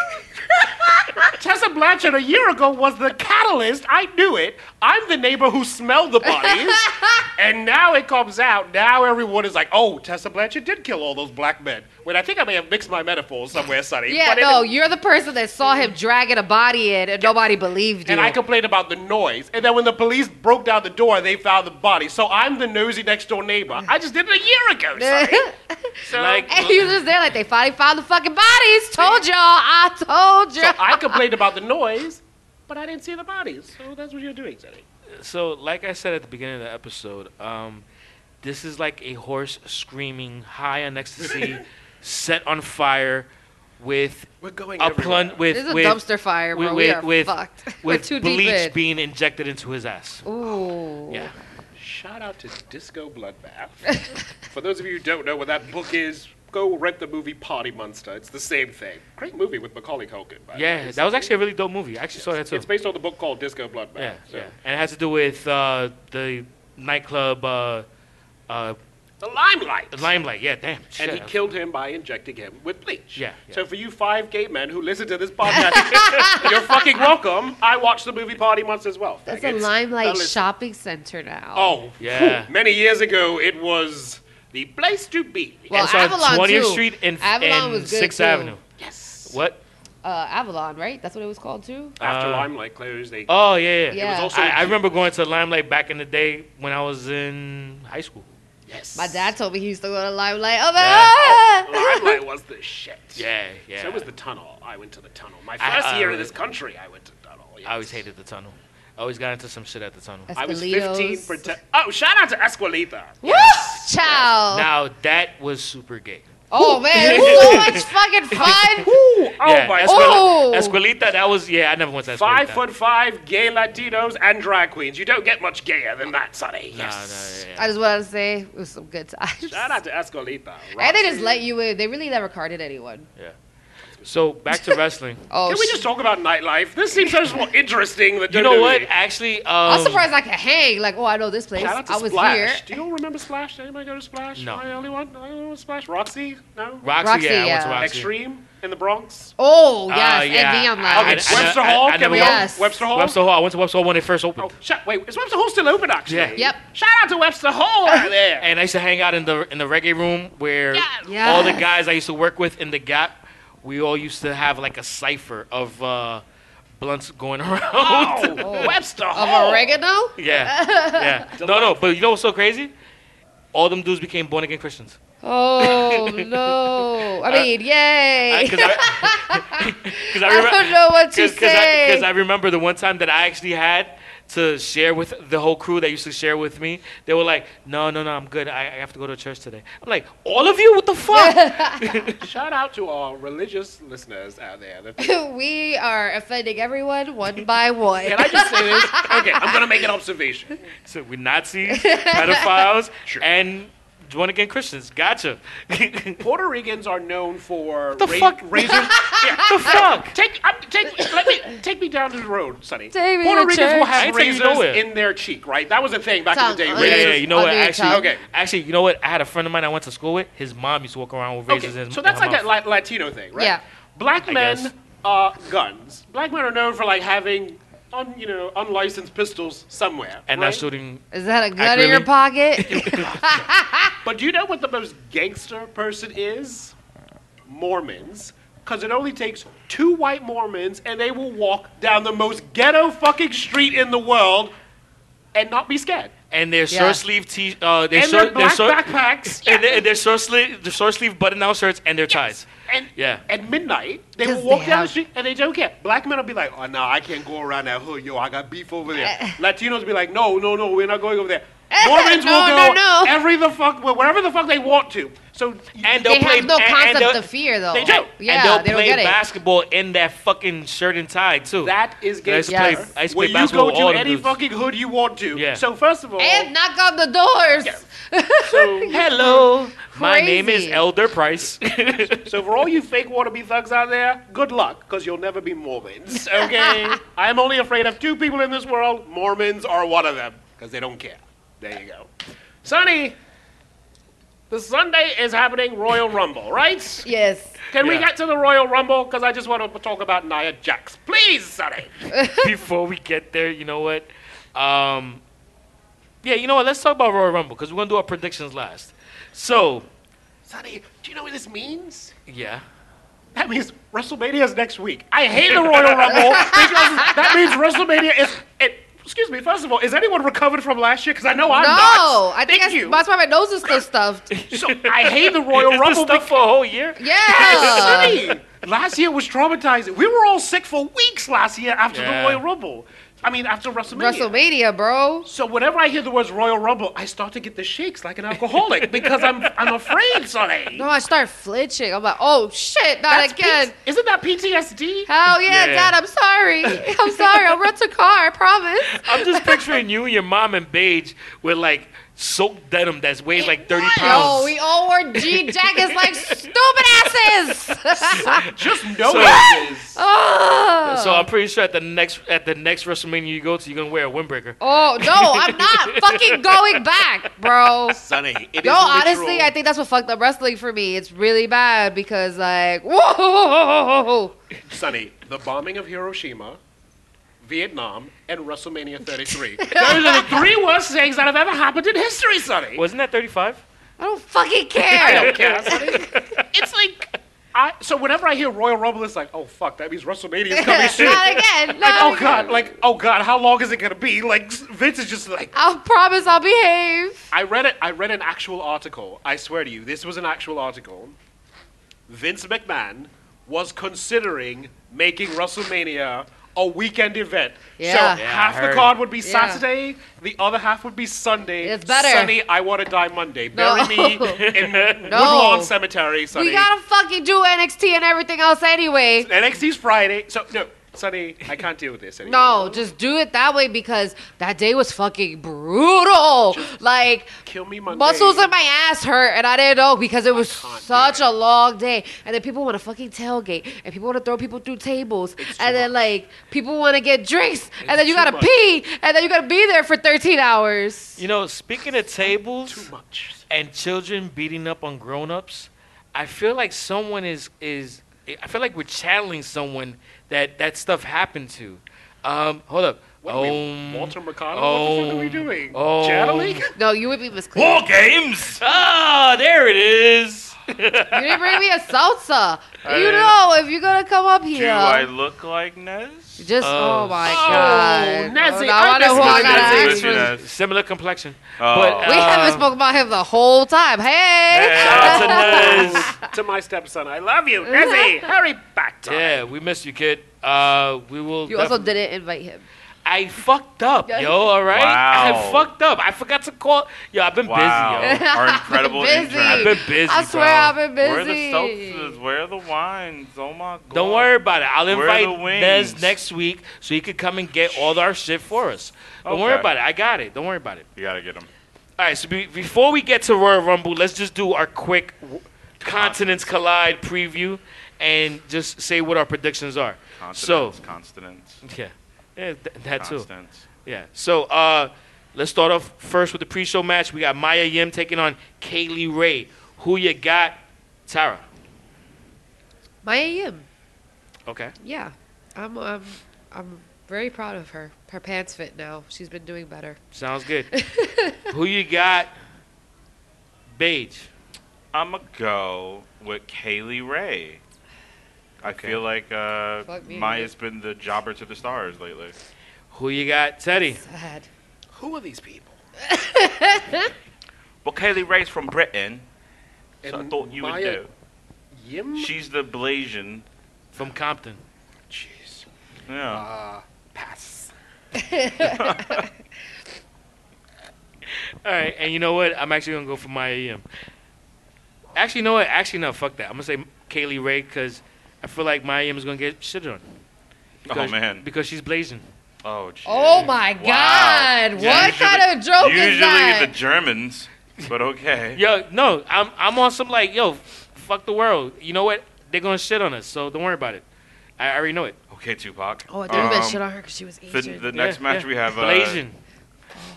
Tessa Blanchard a year ago was the catalyst. I knew it. I'm the neighbor who smelled the bodies. and now it comes out. Now everyone is like, oh, Tessa Blanchard did kill all those black men. Wait, I think I may have mixed my metaphors somewhere,
*laughs*
Sonny.
Yeah,
But in-
no, you're the person that saw him dragging a body in, and nobody believed you.
and I complained about the noise. And then when the police broke down the door, they found the body. So I'm the nosy next door neighbor. I just did it a year
*laughs*
ago. Sonny.
*laughs*
So,
Like-
and you just there like they finally found the fucking bodies. Told y'all. I told
so
y'all.
I
*laughs*
complained about the noise, but I didn't see the bodies. So that's what you're doing, Sonny.
So, like I said at the beginning of the episode, um, this
*laughs*
is like a horse screaming high on ecstasy, set on fire, with
We're going
a
everywhere.
plun- with
This is a
with,
dumpster fire,
with,
bro. We
with,
are
with,
fucked. *laughs* We're
with
too deep
bleach
in.
being injected into his ass.
Ooh.
Yeah.
Shout out to Disco Bloodbath.
*laughs*
For those of you who don't know what that book is, go rent the movie Party Monster. It's the same thing. Great movie with Macaulay Culkin. By the way.
Yeah, that was actually a really dope movie. I actually saw that too.
It's based on the book called Disco Bloodbath.
yeah,
so.
yeah, and it has to do with uh, the nightclub uh, uh,
The Limelight.
limelight. Yeah, damn. shit.
and he killed him by injecting him with bleach.
Yeah, yeah.
So for you five gay men who listen to this podcast, *laughs* you're fucking welcome. I watched the movie Party Monster as well.
That's
Like,
a
it's-
limelight
that is-
shopping center now.
Oh,
Yeah.
phew, Many years ago, it was the place to be.
well,
it's on
Avalon
20th
too.
Street and,
Avalon
and
was good
6th
too.
Avenue.
Yes.
What?
Uh, Avalon, right? That's what it was called too.
After
Uh,
Limelight closed, they
Oh yeah, yeah.
Yeah.
was also
I, I remember going to Limelight back in the day when I was in high school.
yes.
My dad told me he used to go to Limelight. Oh,
Yeah.
man.
Limelight was the shit.
*laughs* Yeah, yeah.
So was the tunnel. I went to the tunnel. My
I-
first
I
year in
always-
this country, I went to tunnel. yes.
I always hated the tunnel. I always got into some shit at the tunnel.
That's
I was
Escalitos.
15. Prote- oh, shout out to Esquilita.
Woo! Child.
Now that was super gay.
*laughs*
Oh man, it's so much fucking fun.
Ooh, oh
yeah,
my
Escuela-
Oh!
Escuelita, that was yeah. I never went to Escuelita.
Five foot five gay Latinos and drag queens. You don't get much gayer than that, Sonny.
Nah, nah,
Yes.
yeah,
I just wanted to say it was some good times.
Shout out to Escolita.
And they just let you in. They really never carded anyone.
yeah. So back to
*laughs*
wrestling.
Oh,
Can we
sh-
just talk about nightlife? This seems so much more interesting than
you know what?
WWE.
Actually, um,
I'm surprised I can hang. Like, oh, I know this place.
Shout out to
I was
Splash.
here.
Do you all remember Splash? Did anybody go to Splash?
No.
Am I the only one? I don't know Splash. Roxy? No.
Roxy,
Roxy,
yeah, I went
yeah.
to Roxy.
Extreme in the Bronx.
Oh
Uh,
yes,
yeah.
and VM
I-
Lounge.
Okay,
I-
Webster
I-
Hall.
I
Can
never
we
went-
all
Yes.
Webster Hall.
Webster Hall. I went to Webster Hall when it first opened.
Oh, shut, wait, is Webster Hall still open? Actually.
Yeah.
Yep.
Shout out to Webster
*laughs*
Hall out there.
And I used to hang out in the in the reggae room where
Yes.
all the guys I used to work with in the Gap, we all used to have like a cipher of uh, blunts going *laughs* around.
oh, Webster
of
Hall.
oregano.
yeah,
*laughs*
yeah. No, no. But you know what's so crazy? All them dudes became born again Christians.
Oh no! I mean, yay!
Because I, *laughs* 'cause I,
I don't know what to say.
Because I, remember the one time that I actually had to share with the whole crew that used to share with me. They were like, "No, no, no, I'm good. I, I have to go to church today." I'm like, "All of you? What the fuck?"
Shout out to our religious listeners out there. The-
*laughs* we are offending everyone one by one.
Can I just say
*laughs*
this? Okay, I'm gonna make an observation.
so we Nazis, pedophiles, and born again Christians. Gotcha. *laughs* the
Puerto Ricans are known for
the fuck? *laughs*
razors. yeah.
fuck.
Take, I'm, take, let me take me down to the road, Sonny.
Take me
Puerto
to
Ricans will
church.
I
have
ain't taking you
razors
nowhere.
in their cheek, right? That was a thing back
Sounds
in the day.
un-
Yeah, yeah, yeah,
Razors.
you know what?
I'll do it,
Actually,
Tom.
Okay.
actually, you know what? I had a friend of mine I went to school with. His mom used to walk around with razors in
Okay,
his
so that's
in her
like a
mouth.
la- Latino thing, right?
Yeah.
Black
I
men
guess.
are guns. Black men are known for like having, un, you know, unlicensed pistols somewhere.
and
right?
not shooting.
Is that a gun
Accurately.
in your pocket?
But do you know what the most gangster person is? Mormons. Because it only takes two white Mormons and they will walk down the most ghetto fucking street in the world and not be scared.
And their
Yeah.
short sleeve t, uh, their
and
short,
their black
short,
backpacks.
*laughs* and their, and their short sleeve, the short sleeve button down shirts and their ties.
And
Yeah.
at midnight, they
'Cause
will walk
they
down the
have-
street and they don't care. Black men will be like, oh, no, I can't go around that hood. Yo, I got beef over there.
Eh.
Latinos will be like, no, no, no, we're not going
*laughs*
over there. Mormons
No,
will go
no, no.
every the fuck, wherever the fuck they want to. So
And they'll
they
play
have no
and- and
concept
they'll-
of fear, though.
They don't.
Oh. Yeah,
and they'll
they
play
don't get it.
basketball in that fucking shirt and tie too.
That is
I used
gangster.
to play-
Yes.
I used to
Where
play
you
basketball
go
with
to
all them
any
dudes.
fucking hood you want to.
Yeah.
So first of all,
and knock on the doors.
so,
Hello, my
Crazy.
name is Elder Price. *laughs*
so for all you fake wannabe thugs out there, good luck, because you'll never be Mormons. Okay, I am only afraid of two people in this world. Mormons are one of them, because they don't care. There you go, Sonny. The Sunday is happening Royal Rumble, right?
*laughs* Yes.
Can we
Yeah.
get to the Royal Rumble? Because I just want to talk about Nia Jax. Please, Sonny.
Before we get there, you know what? Um, yeah, you know what? Let's talk about Royal Rumble because we're gonna do our predictions last. So,
Sonny, do you know what this means?
yeah,
That means WrestleMania's next week. I hate the Royal Rumble because that means WrestleMania is. It, excuse me. First of all, is anyone recovered from last year? Because I know I'm
no,
not.
I think
Thank
I,
you.
that's why my nose is still stuffed.
So I hate the
*laughs* Is
Royal
this
Rumble.
stuff for a whole year.
Yeah.
because- Sonny, last year was traumatizing. We were all sick for weeks last year after
Yeah.
the Royal Rumble. I mean, after WrestleMania.
WrestleMania, bro.
So whenever I hear the words Royal Rumble, I start to get the shakes like an alcoholic because I'm I'm afraid, Sonny.
No, I start flinching. I'm like, oh shit, not
That's
again.
P- isn't that PTSD?
Hell Oh, yeah,
Yeah.
God, I'm sorry. *laughs* I'm sorry. I'll rent a car, I promise.
I'm just picturing you and your mom and Paige with like soaked denim that's weighs like 30 pounds.
Yo, we all wore jean jackets
*laughs*
like stupid asses.
Just know
So-
it is.
*laughs* oh.
So I'm pretty sure at the next at the next WrestleMania you go to, you're gonna wear a windbreaker.
oh, no, I'm
*laughs*
not fucking going back, bro.
Sonny, it is
No, honestly,
literal.
I think that's what fucked up wrestling for me. It's really bad because, like, *laughs* whoa.
Sonny, the bombing of Hiroshima, Vietnam, and WrestleMania 33. *laughs* Those are the three worst things that have ever happened in history, Sonny.
Wasn't that 35?
I don't fucking
*laughs* I
care. *laughs*
don't care, Sonny. It's like, I, so whenever I hear Royal Rumble, it's like, oh fuck, that means WrestleMania
*laughs*
is coming soon.
not again.
Like,
not
oh
again.
god, like, oh god, how long is it gonna be? Like, Vince is just like,
I'll promise I'll behave.
I read it. I read an actual article. I swear to you, this was an actual article. Vince McMahon was considering making WrestleMania a weekend event.
Yeah.
So
Yeah, I
half the
heard.
card would be
Yeah.
Saturday, the other half would be Sunday.
It's better.
Sunny, I want to die Monday. Bury
*laughs*
me in Woodlawn Cemetery, Sunny.
We gotta fucking do NXT and everything else anyway.
NXT's Friday. So no, Sunny, I can't deal with this anymore.
*laughs* No, just do it that way because that day was fucking brutal. Like
Kill me Monday.
muscles in my ass hurt and I didn't know because it was
can't do
such
it.
a long day. And then people want to fucking tailgate and people want to throw people through tables and then like people want to get drinks and then you
too
gotta
much.
pee and then you gotta be there for 13 hours.
You know, speaking of
too
tables
much.
and children beating up on grown-ups, I feel like someone is is I feel like we're channeling someone that that stuff happened to. Um, hold up.
What are we,
Um,
Walter Mercado? what the fuck are we
um,
doing?
um,
Channeling?
No, you would be Miss Cleo.
War games. *laughs* Ah, there it is.
You didn't bring me a salsa.
I
you
mean,
know, if you're gonna come up
Do I
here,
look like Nez? Uh,
just oh,
Oh,
my
oh,
god,
Nancy,
Now I
I
know who I
miss
gotta
Nancy.
ask
Miss
for
you,
this.
Nez.
Similar complexion.
Oh.
But,
We
uh,
haven't spoken about him the whole time. Hey,
Shout out to Nez.
to my stepson. I love you,
*laughs*
Izzy. Hurry back to
Yeah, we missed you, kid. Uh, we will.
you also
defin-
didn't invite him.
I fucked up,
*laughs*
yo. All right,
Wow.
I fucked up. I forgot to call. Yo, I've been
Wow.
busy, yo.
Our *laughs* incredible
Busy.
intern.
I've been busy.
I swear
bro.
I've been
Where are
busy.
the seltzers? Where are the wines? Oh my god.
Don't worry about it. I'll
Where are
invite
the
Nez
wings?
next week so he could come and get all our shit for us. Don't worry
Okay.
about it. I got it. Don't worry about it.
You gotta get them.
All right. So be- before we get to Royal Rumble, let's just do our quick w- continents collide preview and just say what our predictions are.
Consonants. consonants.
So yeah, yeah, th- that too.
Constants.
Yeah. So uh, let's start off first with the pre-show match. We got Maya Yim taking on Kaylee Ray. Who you got? Tara.
Maya Yim,
Okay.
yeah, I'm, I'm, I'm very proud of her. Her pants fit now. She's been doing better. *laughs*
Sounds good. Who you got? Beige.
I'ma go with Kaylee Ray. I feel like uh,
Fuck me.
Maya's been the jobber to the stars lately.
Who you got? Teddy.
Sad.
Who are these people?
Well, Kaylee Ray's from Britain, so I
And
thought you
Maya
would
Yim?
know. She's the Blasian.
From Compton.
Jeez.
Yeah. Oh,
Uh, pass.
All right. And you know what? I'm actually gonna go for Maya Yim. Actually, you know what? Actually, no. Fuck that. I'm gonna say Kaylee Ray because I feel like Maya Yim is gonna get shit on.
oh
Because-
man.
Because she's blazing.
Oh. Geez.
Oh my God!
Yeah,
what
usually-
kind of joke
Usually
is that?
the Germans, but
*laughs*
okay.
Yo, no, I'm I'm on some like, yo, fuck the world. You know what? They're gonna shit on us, so don't worry about it. I already know it.
Okay, Tupac.
oh, I didn't even
Um,
shit on her because she was
The,
Asian.
the next
Yeah,
match
yeah.
we have. Uh,
Blazing.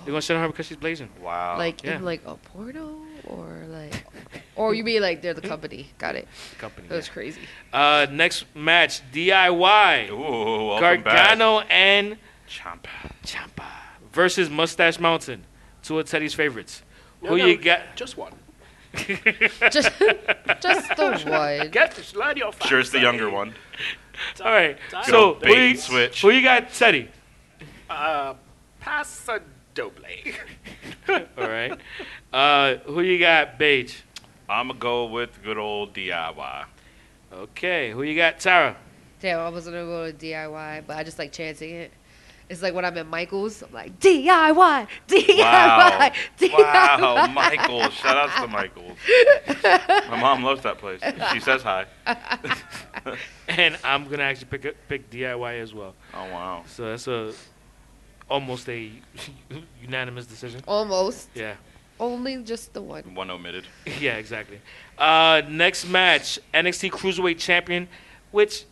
They're gonna shit on her because she's blazing.
Wow.
like
yeah.
in like a porno or like, or you mean like they're the company? Got it.
Company.
That was crazy.
Uh, next match, DIY.
Ooh, welcome back.
Gargano and
Champ.
Champa versus Mustache Mountain, two of Teddy's favorites.
No,
Who
no,
you got?
Just one.
Just, just the
*laughs*
one.
Get the slide your
Sure, it's the younger one.
All right.
Good
So
old
who
bait
you,
and switch.
who you got? Teddy.
Uh, pass a doble. *laughs*
All
*laughs*
right. Uh, who you got? Beige.
I'ma go with good old
*laughs*
DIY.
Okay. Who you got? Tara.
Damn, I was gonna go to DIY, but I just like chanting it. It's like when I'm at Michael's, I'm like *laughs* DIY, DIY, *laughs*
Wow.
DIY.
wow, Michael. Shout out
*laughs*
to Michael's. My mom loves that place. She says hi.
and I'm gonna actually pick up, pick DIY as well.
Oh, wow.
So that's a almost a *laughs* unanimous decision.
Almost,
Yeah, *laughs*
only just the one.
One omitted.
yeah, exactly. Uh, next match, NXT Cruiserweight Champion, which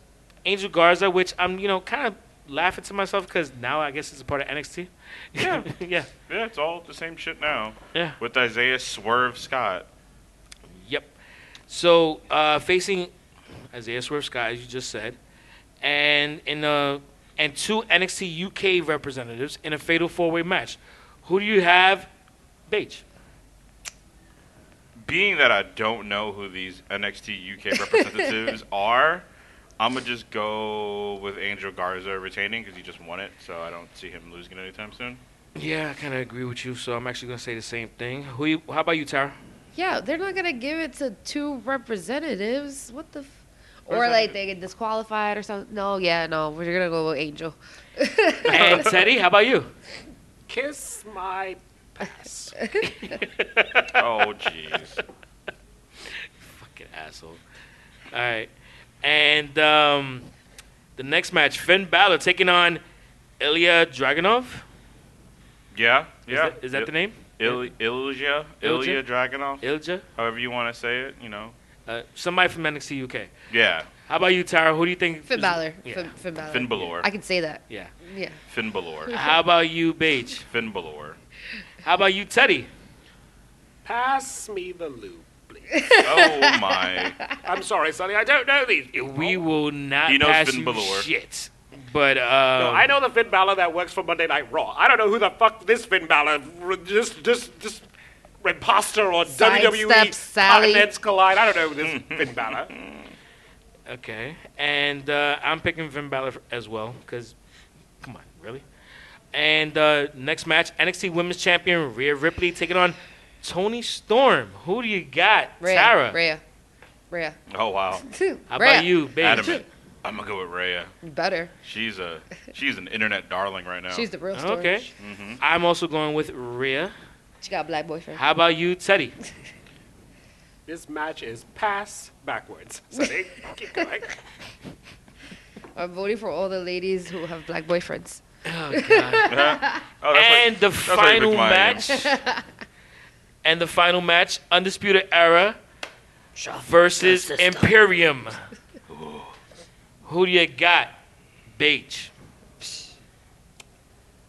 Angel Garza, which I'm you know kind of laughing to myself because now I guess it's a part of NXT.
Yeah.
*laughs* yeah,
Yeah, it's all the same shit now.
yeah.
With Isaiah Swerve Scott.
Yep. So uh, facing Isaiah Swerve Scott, as you just said, and in a, and two NXT UK representatives in a fatal four way match. Who do you have? Beige.
Being that I don't know who these NXT
*laughs*
UK representatives are, I'm going to just go with Angel Garza retaining because he just won it, so I don't see him losing it
*laughs*
anytime soon.
Yeah, I kind of agree with you. So I'm actually gonna say the same thing. Who? You, how about you, Tara?
Yeah, they're not gonna give it to two representatives. What the? F- or like they get disqualified or something. No, yeah, no, we're gonna go with Angel.
*laughs* and Teddy, how about you?
Kiss my
*laughs*
ass.
Oh, jeez.
Fucking asshole. All right. And um, the next match, Finn Balor taking on Ilya Dragunov.
Yeah,
Is
yeah.
that, is that the name?
Il- Ilja,
Ilja?
Ilja Dragunov,
Ilja.
however you want to say it, you know.
Uh, somebody from NXT UK.
Yeah,
How about you, Tara? Who do you think?
Finn
is-
Balor.
Yeah.
Finn, Finn Balor.
Finn Balor.
Uh, I can say that.
yeah.
Yeah.
Finn Balor.
*laughs*
How about you, Beige?
Finn Balor.
How about you, Teddy?
Pass me the loop, please.
Oh my.
I'm sorry, Sonny, I don't know these. people.
We will not
Oh. He knows
pass
Finn
you
Balor.
shit. But uh,
No, I know the Finn Balor that works for Monday Night Raw. I don't know who the fuck this Finn Balor, r- this this this imposter or WWE
Sidestep Sally.
continents collide. I don't know
*laughs*
this Finn Balor.
okay, and uh, I'm picking Finn Balor f- as well because, come on, really. And uh, next match, NXT Women's Champion Rhea Ripley taking on Tony Storm. Who do you got,
Rhea.
Tara?
Rhea. Rhea. *laughs*
Oh wow.
How
Rhea.
about you, Beige?
Adamant. I'm gonna go with Rhea.
Better.
She's a she's an internet darling right now.
She's the real story.
Oh. Okay,
Mhm.
I'm also going with Rhea.
She got a black boyfriend.
How about you, Teddy?
This match is pass backwards. Sonny, *laughs* keep going.
I'm voting for all the ladies who have black boyfriends.
Oh, God.
oh, that's
and the
that's why you
final
picked mine,
match.
*laughs*
and the final match, Undisputed Era versus Imperium. Who do you got? Beige.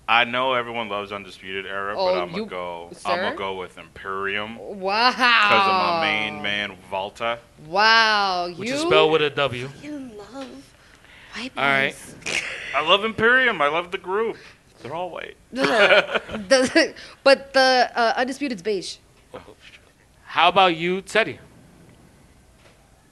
I know everyone loves Undisputed Era,
Oh,
but I'm gonna
you-
go. I'm
sir?
gonna go with Imperium
Wow.
because of my
Oh.
main man Volta.
Wow.
Which
you
is spelled
*laughs*
with a W.
you love white
All right.
boys.
I love Imperium. I love the group. They're all white.
No, no, no. The- but the uh, Undisputed's beige.
How about you,
*laughs*
Teddy?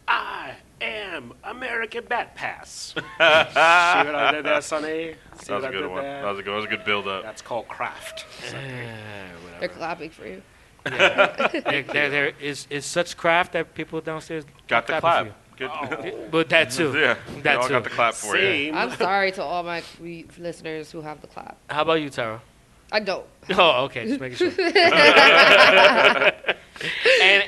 I am American Bat Pass. *laughs* See what I did there, Sonny? See
That was
what
a
I
good
did
one.
there?
That was a good. That was a good build up.
That's called craft.
They're clapping for you.
There, there, there is, is such craft that people downstairs
Got the
clap.
clap. Good.
Oh.
*laughs*
But that too.
yeah. they
That
all
too.
got the clap for you.
Same.
I'm sorry to all my we- listeners who have the clap.
How about you, Tara?
I don't.
Oh, okay. Just
*laughs*
making sure. and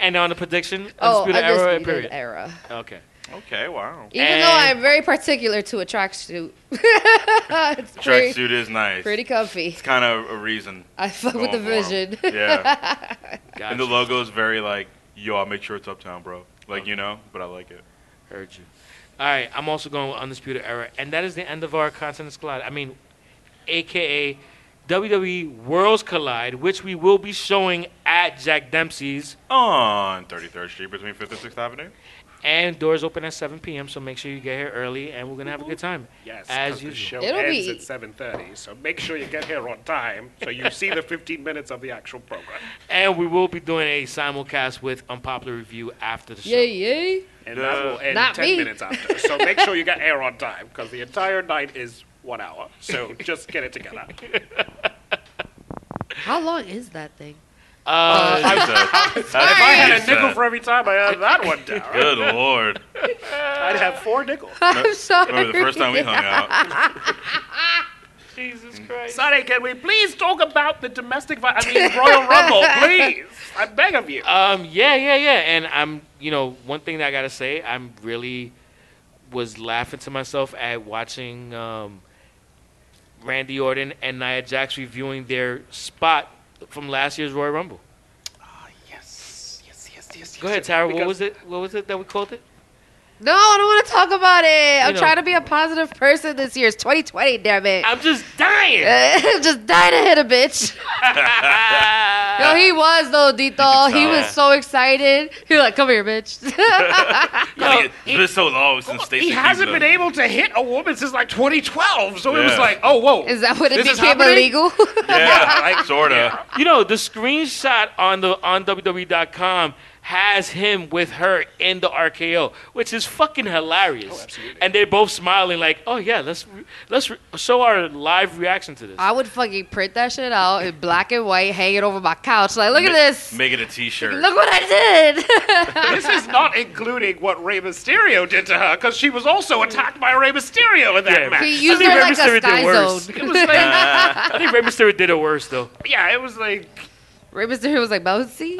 and on the prediction,
Oh,
Undisputed Era,
Undisputed
Imperium.
era.
Okay.
Okay. Wow.
Even though
And-
I'm very particular to a tracksuit, *laughs* it's pretty,
Tracksuit is nice.
pretty comfy.
It's kind of a reason.
I fuck with the
going for 'em.
vision. *laughs*
Yeah.
Gotcha.
and the logo is very like, yo, I'll make sure it's uptown, bro. Like, you know, but I like it.
Heard you. All right, I'm also going with Undisputed Era, and that is the end of our Continents Collide. I mean, AKA WWE E Worlds Collide, which we will be showing at Jack Dempsey's,
On 33rd Street between 5th and 6th Avenue.
and doors open at 7 p.m. So make sure you get here early, and we're gonna have a good time.
Yes,
As
as the
usual.
show
It'll
ends
be-
at 7:30, so make sure you get here on time so you see the 15 minutes of the actual program.
And we will be doing a simulcast with Unpopular Review after the show.
*laughs* Yay, yay.
And that will end
Not
10
me.
minutes after. So make sure you get air on time because the entire night is one hour. So just get it
*laughs*
together.
How long is that thing?
Uh,
*laughs* if I
If I had a nickel for every time I had that one
*laughs*
down,
Good lord.
I'd have four nickels.
*laughs* I'm sorry.
*laughs*
Remember the first time we hung out.
Jesus Christ.
Sorry, can we please talk about the domestic violence? I mean, Royal Rumble, please. I beg of you.
Um, yeah, yeah, yeah. And I'm, you know, one thing that I gotta say, I'm really was laughing to myself at watching um, Randy Orton and Nia Jax reviewing their spot from last year's Royal Rumble.
yes, yes, yes, yes.
Go ahead, Tara. What was it? What was it that we called it?
No, I don't want to talk about it. I'm
know-
trying to be a positive person this year. It's 2020, damn it.
I'm just dying.
*laughs* Just died to hit
*laughs*
a bitch. Yo, he was though, Dito. He
tell.
was so excited. He was like, "Come here, bitch." *laughs*
God, it- it's been so long since Stacey
He hasn't
Keebler.
been able to hit a woman since like 2012, so it was
Yeah.
like, oh, whoa.
Is that when it
This is
became
happening?
illegal? *laughs*
Yeah, sorta.
You know, the screenshot on the on WWE.com has him with her in the RKO, which is fucking hilarious. and they're both smiling like, "Oh yeah, let's re- let's re- show our live reaction to this."
I would fucking print that shit out in black and white, hang it over my couch. Like, look at
Ma-
this.
Make it a T-shirt.
Look what I did. *laughs*
This is not including what Rey Mysterio did to her, because she was also attacked by Rey Mysterio in that
Yeah.
match.
he used
think
her
Rey
like
Mysterio
a
did
sky
worse.
zone.
It was like,
I think Rey Mysterio did it worse though.
yeah, it was like,
Rey Mysterio was like, "Bouncy,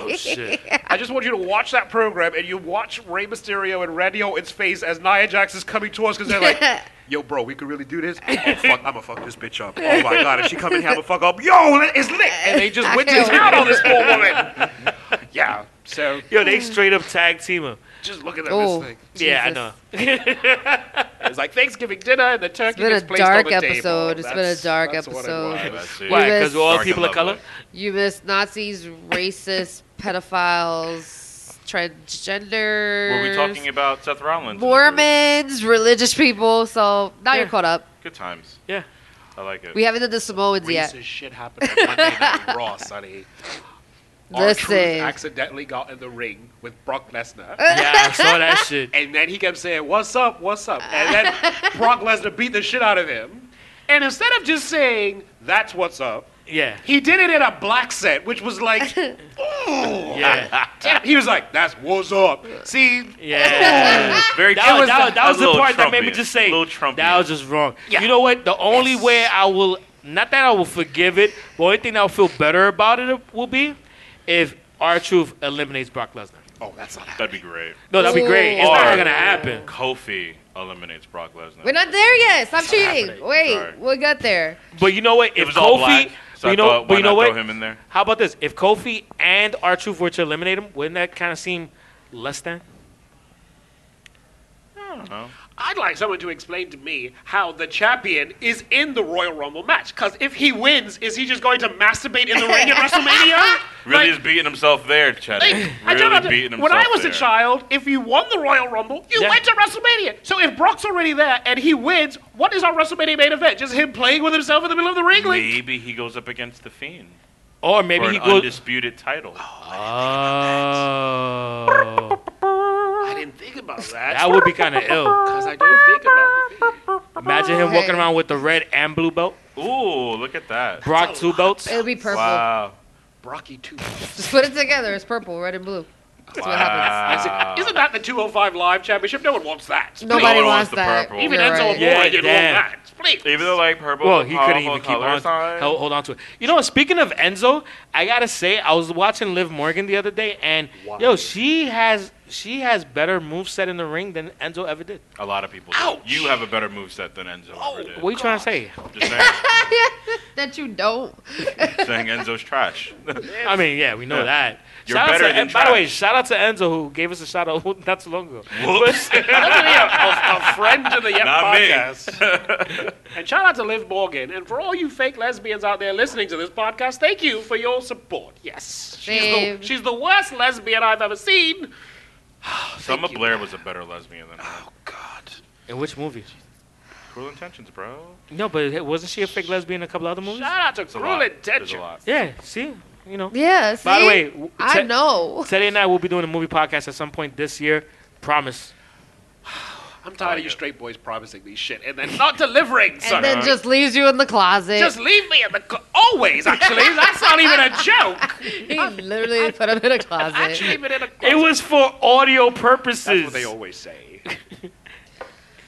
*laughs* Oh shit!
I just want you to watch that program, and you watch Rey Mysterio and Randy Orton's face as Nia Jax is coming towards, because they're
*laughs*
like, yo, bro, we could really do this? Oh, fuck, I'ma fuck this bitch up. Oh my god, if she come in here, I'ma fuck up. Yo, it's lit! And they
*laughs*
just went to town on this poor woman. Yeah, so
Yo, they straight up tag team him.
just look at that
Oh,
thing.
Yeah, I
Jesus.
know.
It's like Thanksgiving dinner and the turkey
It's been
gets
a
placed
dark
on the table.
episode. It's been a
That's-
dark
that's what it
episode.
was.
That's it.
Why?
Yes.
Because all
Dark
people
and
of color.
lovely.
You miss Nazis, racists, pedophiles, transgenders.
Were we talking about Seth Rollins? in the group?
Mormons, religious people. So now
Yeah.
you're caught up.
Good times.
Yeah.
I like it.
We haven't done the Samoans yet.
Racist shit happened on Monday
*laughs*
Night Raw, Sonny. R-Truth
Listen.
accidentally got in the ring with Brock Lesnar.
Yeah, I saw that shit.
And then he kept saying, What's up? What's up? And then Brock Lesnar beat the shit out of him. And instead of just saying, That's what's up,
Yeah,
he did it in a black set, which was like, Ooh.
*laughs*
yeah,
He was like, That's what's up. See,
yeah.
Very
That was,
Trump-
that was, that
a
was the
little
part that made me
Trumpian.
just say
little Trump.
that was just wrong. You know what? The only way I will not that I will forgive it, but only thing I'll feel better about it will be if our truth eliminates Brock Lesnar.
oh, that's not happening.
That'd be great.
No, that'd be great. It's
Or-
not gonna happen.
Kofi eliminates Brock Lesnar.
We're not there yet. Stop cheating.
happening.
Wait,
Sorry.
we'll get there.
But you know what? If
It was
Kofi,
all black, so
but
I
you know,
thought,
but
why
you know
not
what?
throw him in there?
How about this? If Kofi and our truth were to eliminate him, wouldn't that kind of seem less than?
I don't know.
I'd like someone to explain to me how the champion is in the Royal Rumble match. Because if he wins, is he just going to masturbate in the ring at WrestleMania?
Really
Like,
is beating himself there,
*clears throat*
Chetty. Really
I don't under-
beating himself
When I was
there.
a child, if you won the Royal Rumble, you
Yeah.
went to WrestleMania. So if Brock's already there and he wins, what is our WrestleMania main event? Just him playing with himself in the middle of the ring? Like,
maybe he goes up against the Fiend
Or
for
maybe
an
he goes.
undisputed title.
oh,
I didn't think about
*laughs*
that.
that would be kind
*laughs*
of ill.
Because I don't think about it.
Imagine him walking
Hey.
around with the red and blue belt.
Ooh, look at that!
Brock two belts.
It'll be purple.
Wow!
Brocky 2.
Just put it together. It's purple, red, and blue. That's what happens.
I
Ah.
said, Isn't that the 205 Live Championship? No one wants that.
Nobody
one wants
wants
the
that.
purple.
Even
You're
Enzo
right.
Amore
Yeah,
didn't
damn.
want that. Please.
Even though like purple,
Well, he couldn't
powerful
even keep
color
on
side.
held, hold on to it. You know what? Speaking of Enzo, I gotta say I was watching Liv Morgan the other day, and yo, she has she has better moveset in the ring than Enzo ever did.
A lot of people. do.
Ouch. Oh,
You have a better moveset than Enzo ever did.
What are you trying to say?
Just saying,
*laughs* That you don't.
saying
*laughs*
Enzo's trash. *laughs*
I mean, yeah, we know
Yeah.
that.
You're
shout
better
out to,
than
and by the way,
trash.
shout out to Enzo who gave us a shout out *laughs* not too long ago.
Whoops. *laughs*
a, a friend to the Yep
Not me.
podcast. and shout out to Liv Morgan. And for all you fake lesbians out there listening to this podcast, thank you for your support. Yes. She's, the,
Babe.
she's the worst lesbian I've ever seen.
Selma Blair was a better lesbian than her.
God.
In which movie?
Cruel Intentions, bro.
No, but wasn't she a fake lesbian in a couple other movies?
Shout out to
It's a
Cruel
lot. There's a
Intention.
lot.
Yeah, see, you know.
Yeah. See?
By the way, w-
I
te-
know.
Teddy and I will be doing a movie podcast at some point this year. Promise.
I'm tired
like
of you
it.
straight boys promising me shit and then not delivering, son.
And then just leaves you in the closet.
Just leave me in the. Co- Always, actually. That's not even a joke.
*laughs* he literally put him in a closet.
Actually, even in a.
It was for audio purposes.
*laughs*
That's what they always say.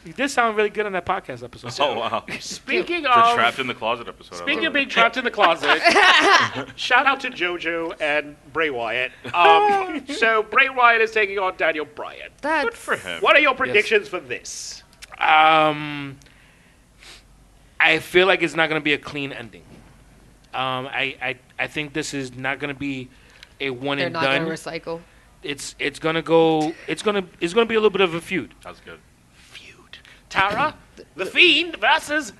He did sound really good on that podcast episode.
Oh wow.
Speaking
The
of
trapped in the closet episode. I
Um, Speaking
love
of
it.
being trapped in the closet, shout out to JoJo and Bray Wyatt. Um, so Bray Wyatt is taking on Daniel Bryan.
That's
good for him.
What are your predictions for this?
Um, I feel like it's not going to be a clean ending. Um, I, I, I think this is not going to be a one
They're
and
not going
done.
to recycle.
it's it's going to go. It's going to it's going to be a little bit of a feud.
That was good.
Feud. Tara, the Fiend versus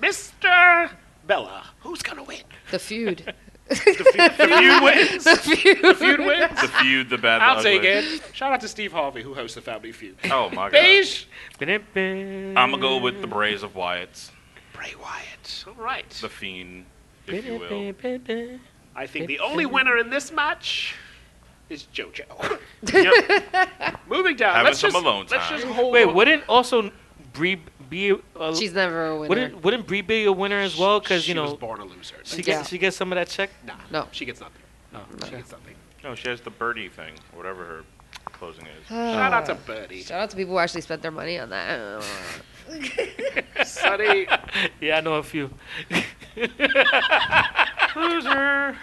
Mr. Bella. Who's gonna win?
The feud. *laughs*
The Feud, the
*laughs*
feud wins.
the feud.
The Feud wins.
The feud, the bad. the
I'll
ugly.
take it. Shout out to Steve Harvey who hosts the Family Feud.
Oh my god.
Beige,
I'm gonna go with the Braves of Wyatt's,
Bray Wyatt. All right.
the fiend, if you will.
I think the only winner in this match is JoJo. *laughs* Moving down.
Having
let's
some
just,
alone
Let's
time.
just hold.
Wait, wouldn't also Bree be? A,
*laughs* She's never a winner.
wouldn't wouldn't Bree be a winner as well? Because
she
you
was
know
born a loser.
she
Yeah.
gets she gets some of that check.
Nah,
No.
she gets nothing.
Oh,
She gets nothing.
No, she has the birdie thing, whatever her closing
*laughs*
is.
Shout out to Birdie.
Shout out to people who actually spent their money on that.
Oh. Sonny,
Yeah, I know a few. Loser.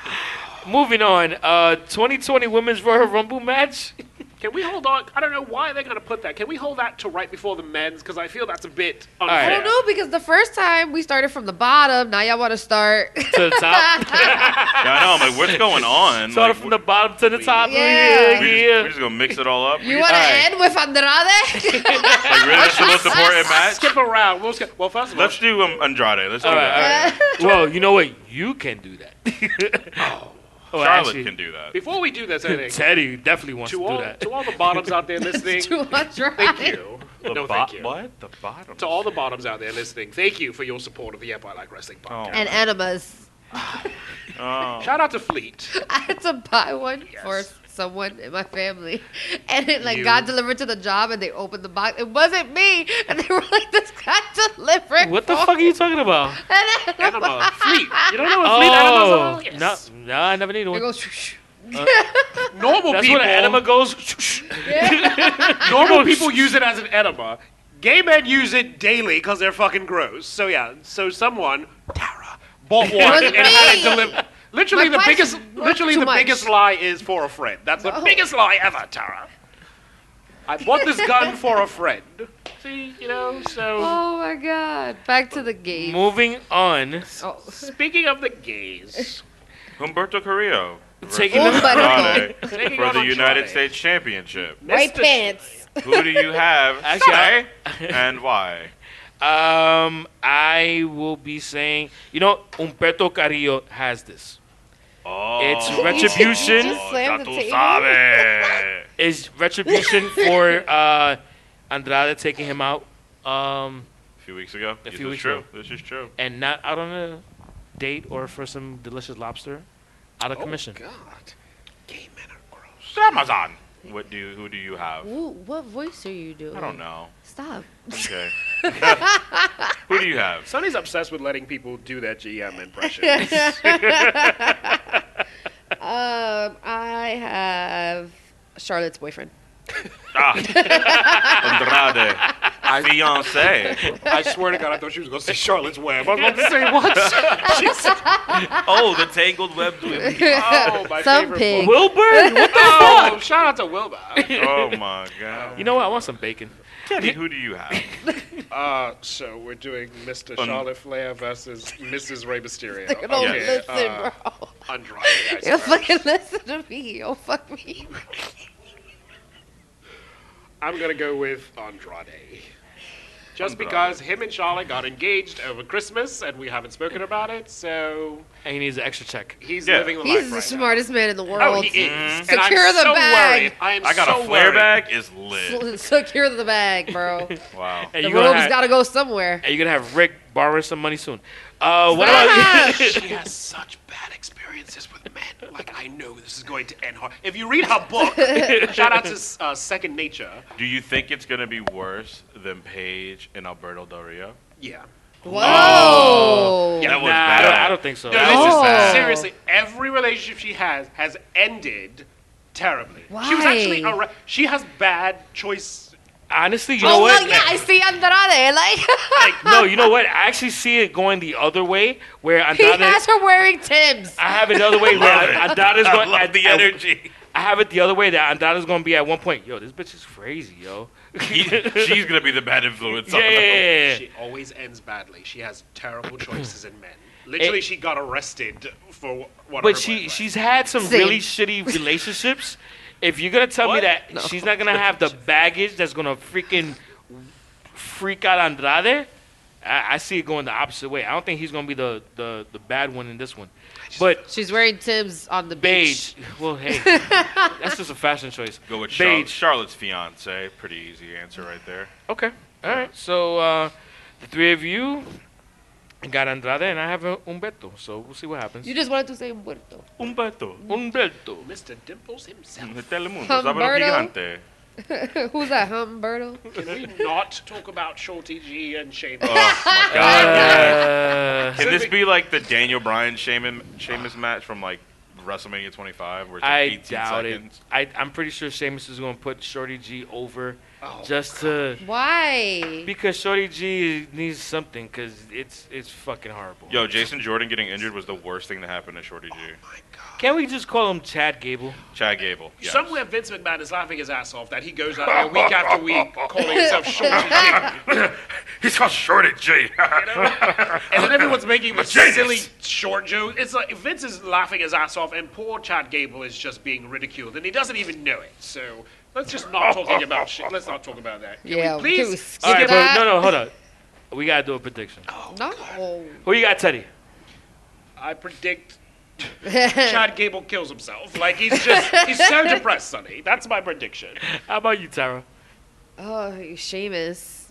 Moving on. Uh, 2020 Women's Royal Rumble match.
can we hold on? I don't know why they're going to put that. Can we hold that to right before the men's? Because I feel that's a bit
right.
I
unfair.
don't know because the first time we started from the bottom, now y'all want to start. *laughs*
To the top.
Yeah, I know. I'm like, what's going on?
Started
Like,
from the bottom to the top.
Yeah.
Yeah,
we just,
yeah.
we just gonna mix it all up.
You want to
Alright.
end with Andrade?
like, really, that's
*laughs*
the most important match.
Skip around. We'll, skip. well first of all,
Let's do um, Andrade. Let's do
All right, all
that.
right. Well, you know what? You can do that. *laughs* oh,
Charlotte can do that.
before we do this, I think,
Teddy definitely wants to,
to,
do
all,
that.
to all the bottoms *laughs* out
*laughs*
there listening,
to Andrade?
thank you.
The
no,
bo-
thank you.
What? The bottom.
To all the bottoms out there listening, thank you for your support of the Empire Like Wrestling podcast.
Oh.
And enemas. *laughs*
Oh.
Shout out to Fleet.
I had to buy one for
Yes.
someone in my family, *laughs* and it like
You.
got delivered to the job, and they opened the box. It wasn't me, and they were like, "This got delivered."
What the
for
fuck are
*laughs*
you talking about?
an enema." *laughs*
Anima. Fleet. You don't know what Fleet
Oh,
animals are?
no, no, I never needed
It
one.
goes, shoo, shoo. *laughs*
Normal
That's
people.
what an enema goes.
normal people use it as an enema. Gay men use it daily because they're fucking gross. So yeah. So someone, Tara, bought one
was
and had
me.
it delivered. Literally
My
the
price
biggest.
was
Literally
too
the
much. Oh.
biggest lie is for a friend. That's the biggest lie ever, Tara. I bought this gun for a friend. See, you know. So
Oh my god! Back to the game.
Moving on.
Oh.
speaking of
*laughs*
the gays,
Humberto Carrillo.
Taking
versus
the-
Andrade
Taking
for
on
the United
Andrade.
States Championship.
Right
Mr.
pants.
Who do you have?
*laughs* Actually, I-
today and why?
Um, I will be saying, you know, Humberto Carrillo has this.
Oh,
*laughs* It's
retribution. *laughs* You
retribution.
just slammed
Ya
the
tú
table. *laughs*
sabes.
Is
*laughs*
retribution for uh, Andrade taking him out, um,
A few weeks ago.
A
This
few
is
weeks
true.
ago.
This is true.
and not out on a date or for some delicious lobster, out of
Oh,
commission.
God, gay men are gross.
Amazon. What do you, who do you have?
Ooh, what voice are you doing?
I don't know.
Stop.
*laughs* Okay. who do you have?
Sonny's obsessed with letting people do their GM impression.
Um, I have Charlotte's *laughs* boyfriend.
Ah. Andrade. Fiance.
*laughs* I swear to God, I thought she was going to say Charlotte's Web. I was about to say
*laughs*
what? she said,
Oh, the tangled web.
oh, my
Some
favorite
pig.
book.
Wilbur, what the?
Oh, shout out to *laughs* Wilbur.
Oh my God.
You know what? I want some bacon.
Kenny, who do you have?
Uh, so we're doing Mr.
Un-
Charlotte Flair versus Mrs. Rey *laughs* Mysterio.
Don't
Okay,
listen,
uh,
bro.
Andrade.
You'll
I swear.
fucking listen to me. You'll fuck me.
I'm going to go with Andrade. Just
Andrade.
because him and Charlotte got engaged over Christmas and we haven't spoken about it, so
And he needs an extra check.
he's
Yeah. Mm-hmm.
living the life
He's the
right
smartest man in the world.
now. Oh, he is. And I'm
Secure the
so
bag.
worried. I am
I got
so
a flare
worried.
bag. Is
*laughs*
lit.
S- Secure the bag, bro.
Wow.
And
the
you're gonna
rope's
have,
got to go somewhere.
and you're gonna have Rick borrow some money soon. Uh, what
Ah!
about?
she has such bad experiences with men. Like, I know this is going to end hard. If you read her book, shout out to uh, Second Nature.
Do you think it's gonna be worse than Paige and Alberto Del Rio?
Yeah.
Whoa. Oh.
That
nah, I
was bad.
don't, I don't think so.
No,
That was
this is
bad.
seriously every relationship she has has ended terribly. She was actually
Why?
arre- she has bad choice
honestly, you know
oh,
what?
look, yeah, I see
eh,
Andrade.
*laughs*
Like,
Like, no, you know what? I actually see it going the other way, where
he
Andrade.
has her wearing Tibbs.
I have it the
*laughs*
other way where Andrade's
I
going.
love
at-
the
at-
energy.
I have it the other way that Andrade's going to be at one point. Yo, this bitch is crazy, yo. *laughs*
He- she's gonna be the bad influence.
yeah,
on
yeah,
him.
yeah, yeah.
She always ends badly. She has terrible choices in men. Literally, she got arrested for what?
But she she's had some
Same.
really shitty relationships. If you're gonna tell me
What?
that she's not gonna have the baggage that's gonna freaking freak out Andrade, I, I see it going the opposite way. I don't think he's gonna be the the, the bad one in this one. But
She's wearing Tim's on the beach.
beige, well, hey, that's just a fashion choice.
Go with Char-
beige.
Charlotte's fiance. Pretty easy answer right there.
Okay, all right. So uh, the three of you got Andrade, and I have uh, Umberto. So we'll see what happens.
You just wanted to say muerto.
Umberto.
Umberto.
Mr. Dimples himself.
De Telemundo.
Humberto.
Sábado Gigante.
*laughs* Who's that, Humberto?
Can we not talk about Shorty G and Shane?
Oh my god. guys. *laughs*
Uh,
Can this be like the Daniel Bryan Sheamus, Sheamus match from like WrestleMania 25, where it's like
I
18
doubt
seconds?
it. I, I'm pretty sure Sheamus is going to put Shorty G over
Oh,
just to
Why?
because Shorty G needs something because it's it's fucking horrible.
Yo, Jason Jordan getting injured was the worst thing that happened to Shorty G.
my God.
Can we just call him Chad Gable?
Chad Gable. yes.
Somewhere Vince McMahon is laughing his ass off that he goes out there week after *laughs* week calling himself Shorty G.
*laughs* He's called Shorty G. *laughs*
And then everyone's making this
Jesus.
silly short joke. It's like Vince is laughing his ass off, and poor Chad Gable is just being ridiculed, and he doesn't even know it. So let's just not talking *laughs* about shit. Let's not talk about that. Can
Yeah,
we please.
can we
skip
All right,
that?
but no, no, hold on. We gotta do a prediction.
No.
Who you got, Teddy?
I predict Chad Gable kills himself. Like he's just he's so depressed, Sonny. That's my prediction.
How about you, Tara?
*laughs* Oh, Seamus.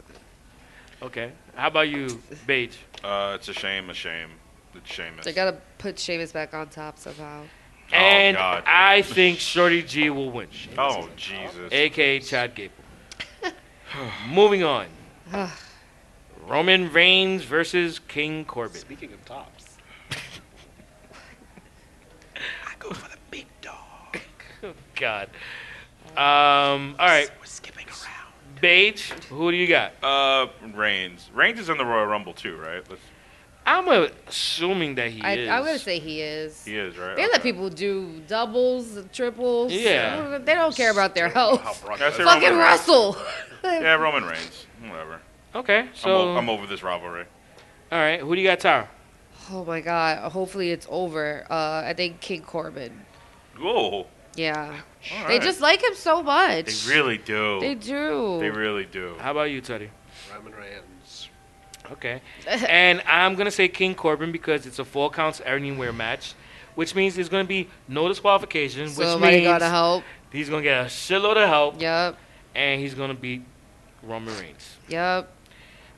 Okay. How about you, Paige?
Uh, it's a shame, a shame. It's Sheamus.
They gotta put Seamus back on top somehow.
Oh,
and
God.
I think Shorty G will win,
oh, Jesus.
aka Chad
*laughs*
Gable. Moving on. Roman Reigns versus King
*laughs*
Corbin.
Speaking of tops, *laughs* I go for the big dog.
Oh,
God. Um, all right,
We're skipping around.
Paige, who do you got?
Uh, Reigns. Reigns is in the Royal Rumble too, right? Let's,
I'm assuming that he
I,
is.
I'm gonna say he is.
he is, right?
They let
Okay.
people do doubles, triples.
Yeah.
They don't care about their
How
health.
Brock
Can I say
Lesnar-
Fucking
Roman Reigns?
wrestle.
Yeah, Roman Reigns. Whatever.
Okay,
I'm,
so
o- I'm over this rivalry.
all right, who do you got, Tara?
Oh my god. Hopefully it's over. Uh, I think King Corbin.
Whoa.
Yeah.
All
They
right.
just like him so much.
They really do.
They do.
They really do.
How about you, Teddy?
Roman Reigns.
Okay, *laughs* and I'm gonna say King Corbin because it's a four counts anywhere match, which means there's gonna be no disqualification, which
Somebody
means
gotta help.
he's gonna get a shitload of help,
Yep.
and he's gonna beat Roman Reigns.
Yep.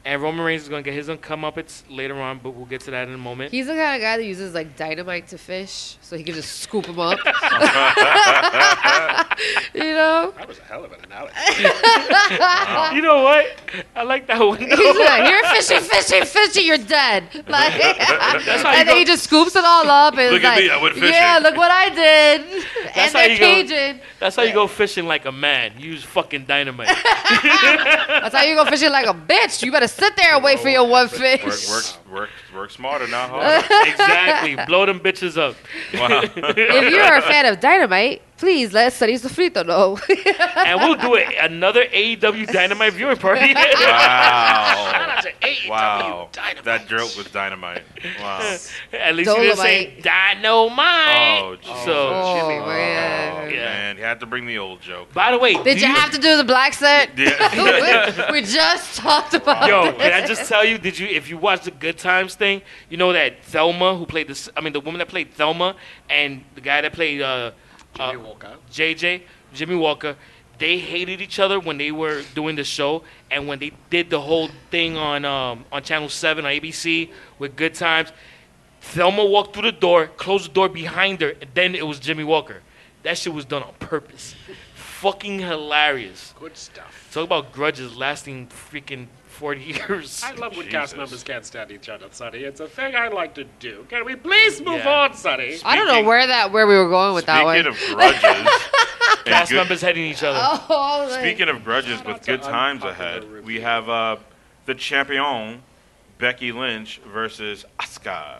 And Roman Reigns is gonna get his own comeuppance later on, but we'll get to that in a moment.
He's the kind of guy that uses like dynamite to fish, so he can just scoop them up. *laughs* you
*laughs*
know?
That was a hell of an analogy.
you know what? I like that one.
*laughs* He's like, you're fishy, fishy, fishy, you're dead. *laughs* Like,
how you
and then
go-
he just scoops it all up and
Look
is
at
like,
me, I went
yeah,
fishing."
look what I did.
That's
and
how
they're
you go-
Cajun.
That's how you go fishing like a man. You use fucking dynamite.
That's how you go fishing like a bitch. You better sit there and wait for your one fish.
Work, work, work, work smarter, not harder.
*laughs*
*laughs*
exactly. Blow them bitches up.
wow.
If you're a fan of dynamite, please let Sunny Sofrito
Oh,
know. *laughs*
And we'll do it. Another AEW Dynamite viewing party. *laughs*
Shout
Wow.
out to AEW
Wow.
Dynamite.
That joke was dynamite.
*laughs*
Wow.
At least you didn't say
Oh,
dynamite.
Jesus.
so,
oh,
Jimmy.
Oh,
man.
man. You had to bring the old joke.
by the way,
Did
do
you have to do the black set? *laughs*
Yeah.
we, we just talked about
Yo,
this.
can I just tell you? Did you, if you watched the Good Times thing, you know that Thelma, who played this, I mean, the woman that played Thelma, and the guy that played uh,
Jimmy
uh,
Walker.
JJ, Jimmy Walker, they hated each other when they were doing the show, and when they did the whole thing on um, on Channel Seven on ABC with Good Times, Thelma walked through the door, closed the door behind her, and then it was Jimmy Walker. That shit was done on purpose. Fucking hilarious.
Good stuff.
Talk about grudges lasting freaking 40 *laughs* years.
I love when cast
Jesus.
members can't stand each other, Sonny. It's a thing I like to do. Can we please move
Yeah.
on, Sonny?
I don't know
Speaking-
where that where we were going with that one.
Speaking of grudges, and
Cast
good-
members hating each other.
oh, like,
Speaking of grudges,
Shout out
with
to
good times
Unpopular
ahead,
Review.
we have uh, the champion Becky Lynch versus Asuka.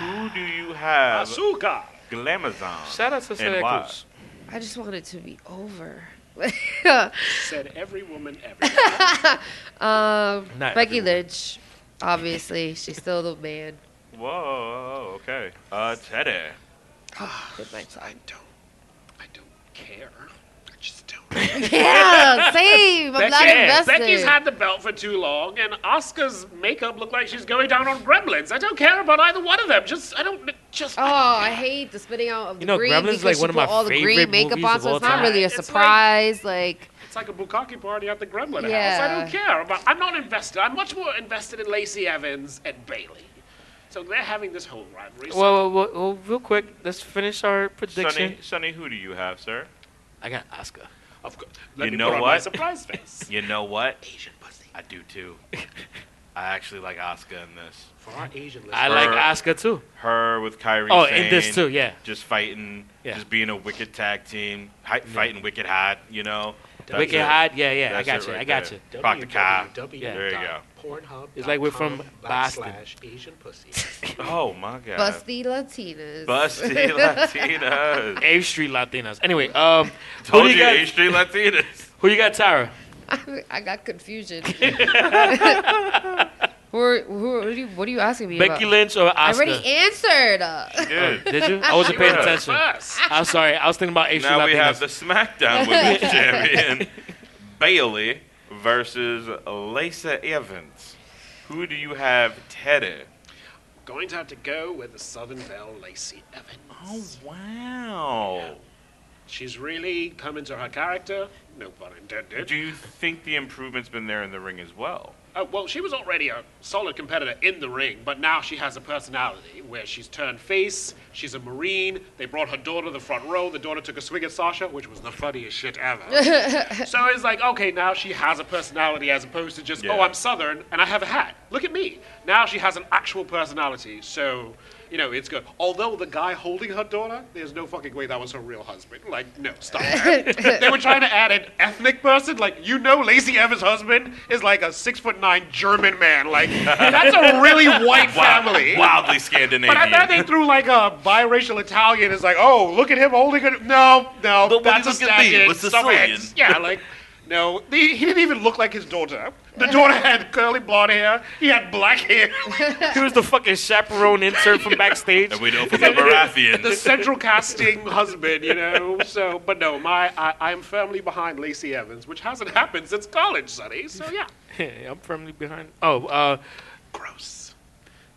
Who do you have?
Asuka.
Glamazon.
Shout out to Celia
why?
Cruz.
I just want it to be over. *laughs*
Said every woman ever.
um,
Not
Becky
everyone.
Lynch, obviously, she's still the
*laughs*
man.
Whoa, okay. Uh, Teddy.
Good night.
I don't. I don't care. I just don't.
Yeah, same. I'm not invested.
Becky's had the belt for too long, and Oscar's makeup looked like she's going down on gremlins. I don't care about either one of them. Just, I don't, just.
Oh, I hate the spitting out of the
You know,
green
Gremlins is,
because
like,
she
one of
put
my
all the green
favorite
makeup
movies
on,
of
so
all
it's not
time.
really a
It's like-
surprise. Like,
It's like a bukkake party at the gremlin house. I
Yeah.
don't care about. I'm not invested. I'm much more invested in Lacey Evans and Bailey. So they're having this whole rivalry. So
Well, well, well, well, real quick, let's finish our prediction.
Sonny, Sonny, who do you have, sir?
I got Oscar.
of course, let
You
me
know
put on my
what?
surprise
*laughs*
face.
You know what?
Asian pussy.
I do too. I actually like Asuka in this.
For our Asian listeners.
I like
Her-
Oscar too.
Her with Kyrie.
Oh, and this
Sane,
too, yeah.
Just fighting,
Yeah.
just being a wicked tag team, hi- fighting wicked hot, you know. That's
Wicked
it.
Hot, yeah, yeah. I
That's
got
it
you.
right
I got
there.
you.
Fuck the car.
Yeah.
There you go.
Pornhub.
It's like we're from Boston.
Asian pussy.
Oh my god.
busty Latinas.
*laughs*
*laughs*
Busty Latinas.
A Street Latinos. Anyway, um, who
Told
do
you,
you got?
H Street
*laughs*
Latinas.
Who you got, Tyra?
I
*laughs*
got confusion. who are, who are, what, are you, what are you asking me
Becky
about?
Lynch or
I
Oscar?
already answered. *laughs* Uh,
Good.
Did you? I wasn't paying
Yeah. *laughs*
attention.
Us.
I'm sorry. I was thinking about A Street
Now we have
Latinos.
the
*laughs*
SmackDown Women's Champion, Bailey versus Lacey Evans. Who do you have, Teddy?
Going to have to go with the Southern Belle Lacey
Oh.
Evans.
wow.
She's really come into her character. No pun intended.
Do you think the improvement's been there in the ring as well?
Uh, well, she was already a solid competitor in the ring, but now she has a personality where she's turned face. She's a Marine. They brought her daughter to the front row. The daughter took a swig at Sasha, which was the funniest shit ever. so it's like, okay, now she has a personality as opposed to just,
Yeah.
oh, I'm Southern and I have a hat. Look at me. Now she has an actual personality. So, you know, it's good. Although the guy holding her daughter, there's no fucking way that was her real husband. Like, no, stop. that.
*laughs*
they were trying to add an ethnic person. Like, you know, Lacey Evans' husband is like a six foot nine German man. Like, that's a really white
*laughs* Wow,
family.
Wildly Scandinavian.
But I thought they threw like a biracial Italian. It's like, oh, look at him holding it. No, no,
Nobody
that's a
look at me.
stand-in.
We're
Stop it.
Sicilian.
*laughs* Yeah, like, no, he, he didn't even look like his daughter. The daughter had curly blonde hair. He had black
*laughs*
hair.
He was the fucking chaperone intern from backstage. *laughs*
And *laughs* we know from the Baratheon.
the central casting husband, you know. So, but no, my I, I'm firmly behind Lacey Evans, which hasn't happened since college, Sonny. So yeah,
I'm firmly behind. Oh, uh,
gross.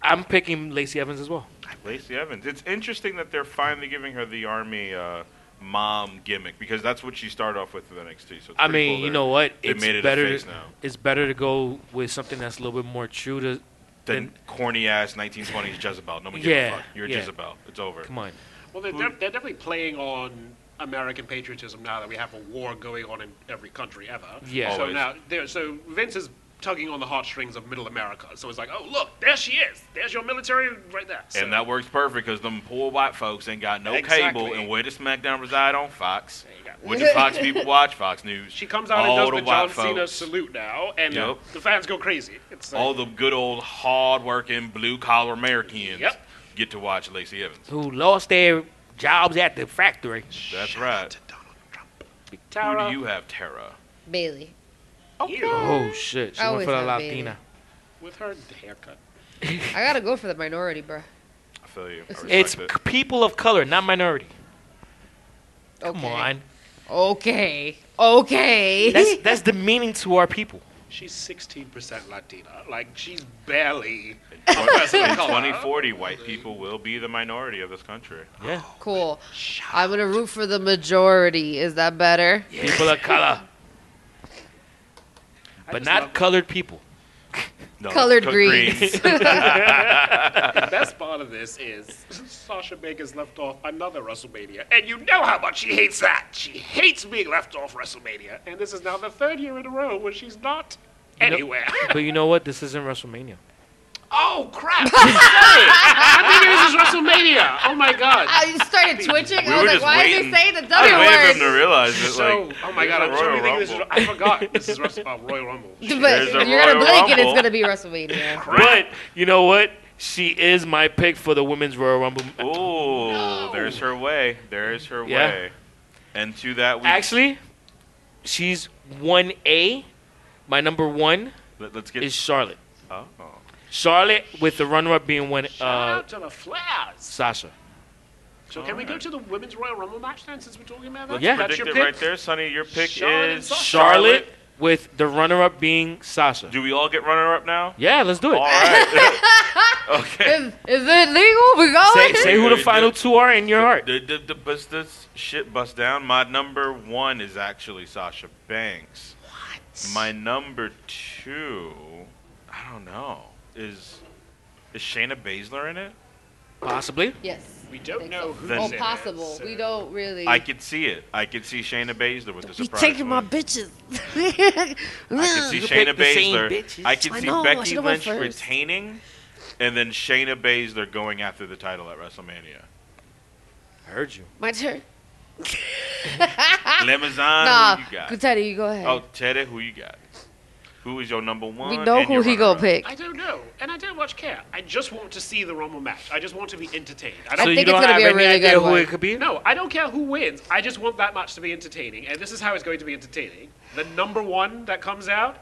I'm picking Lacey Evans as well.
Lacey Evans. It's interesting that they're finally giving her the army uh, mom gimmick because that's what she started off with with NXT. So it's
I
pretty
mean,
cool
you
that
know what?
They
it's
made it
better.
a face now.
It's better to go with something that's a little bit more true to.
Then corny ass 1920s Jezebel. No one gives
Yeah,
a fuck. You're
yeah.
Jezebel. It's over.
Come on.
Well, they're, def- they're definitely playing on American patriotism now that we have a war going on in every country ever.
Yeah.
So
Always.
now, they're- so Vince is tugging on the heartstrings of Middle America. So it's like, oh look, there she is. There's your military right there. So-
And that works perfect because them poor white folks ain't got no
Exactly.
cable. And where does SmackDown reside on Fox?
There you go. *laughs*
Which the Fox people watch Fox News.
She comes out
All
and
the
does the John
white
Cena
folks.
salute now, and
Yep.
the fans go crazy. It's like,
All the good old hard-working blue-collar Americans
Yep.
get to watch Lacey Evans.
Who lost their jobs at the factory?
That's right. Who
Tara,
do you have, Tara?
Bailey.
Oh shit! She
I
went for the
always love Bailey.
Latina.
with her haircut.
I gotta go for the minority, bruh.
I feel you. I respect
It's
it.
c- people of color, not minority.
Okay.
Come on,
Okay. Okay.
that's that's demeaning to our people.
She's 16% Latina. Like, she's barely.
In 2040, white people will be the minority of this country.
Yeah,
cool. I'm gonna root for the majority. Is that better?
people of
*laughs*
color, but
just
not
love-
colored people.
No,
Colored
cooked
greens. *laughs*
The best part of this is Sasha Banks left off another WrestleMania, and you know how much she hates that. She hates being left off WrestleMania, and this is now the third year in a row where she's not.
*laughs*
anywhere.
But you know what? This isn't WrestleMania.
oh *laughs* crap! I think this is WrestleMania. Oh my god.
I
*laughs*
started twitching.
We
I
were
was like,
just
why
waiting.
did they say the
I
W
waited for
word?
them to realize it.
So,
like,
oh my god,
there's a
I'm sure
Royal
you think this is.
Rumble.
I forgot this is
*laughs*
Wrestle, uh, Royal Rumble. Shit.
There's a
*laughs* But you're gonna
Royal
blink and it's
Rumble.
gonna be
*laughs*
WrestleMania.
But you know what? She is my pick for the women's Royal Rumble.
Ooh, Oh, there's her way. There's her
Yeah.
way. And to that, we
Actually, she's one A. My number one
let, us get.
is Charlotte.
oh.
Charlotte with the runner-up being one
Shout
uh,
out to the Flares.
Sasha.
So can we go to the women's Royal Rumble match then, since we're talking about that?
Yeah.
that's
Predict
your
it
pick.
right there, Sonny. Your pick
Charlotte and
is
Sasha.
Charlotte with the runner-up being Sasha.
Do we all get runner-up now?
Yeah, let's do it.
All right.
*laughs*
*laughs* okay.
Is, is it legal? We're going.
Say, say who the final two are in your heart.
The, the, the bust this shit bust down. My number one is actually Sasha Banks. What? My number two, I don't know. Is is Shayna Baszler in it?
Possibly.
Yes.
We don't
Think
know
so.
who's
Then-
in
Oh,
it,
possible.
so-
We don't really.
I could see it. I could see Shayna Baszler with the
You
surprise.
taking my
win.
bitches.
I
*laughs*
could see
You
Shayna
picked the same
Baszler.
bitches.
I could
I
see
know, I
Becky
should've went
Lynch
first.
retaining, and then Shayna Baszler going after the title at WrestleMania.
Heard you.
my turn.
*laughs*
Lemazan,
Ah. Nah,
who you got?
Teddy, you go ahead.
Oh, Teddy, who you got? Who is your number one?
we know
and
who
your
he gonna
runner-up?
pick.
I don't know, and I don't much care. I just want to see the Rumble match. I just want to be entertained. I
so
don't.
you
think it's
don't
gonna
have
be a
any
really
idea
good
who
one.
it could be?
no, I don't care who wins. I just want that match to be entertaining, and this is how it's going to be entertaining. The number one that comes out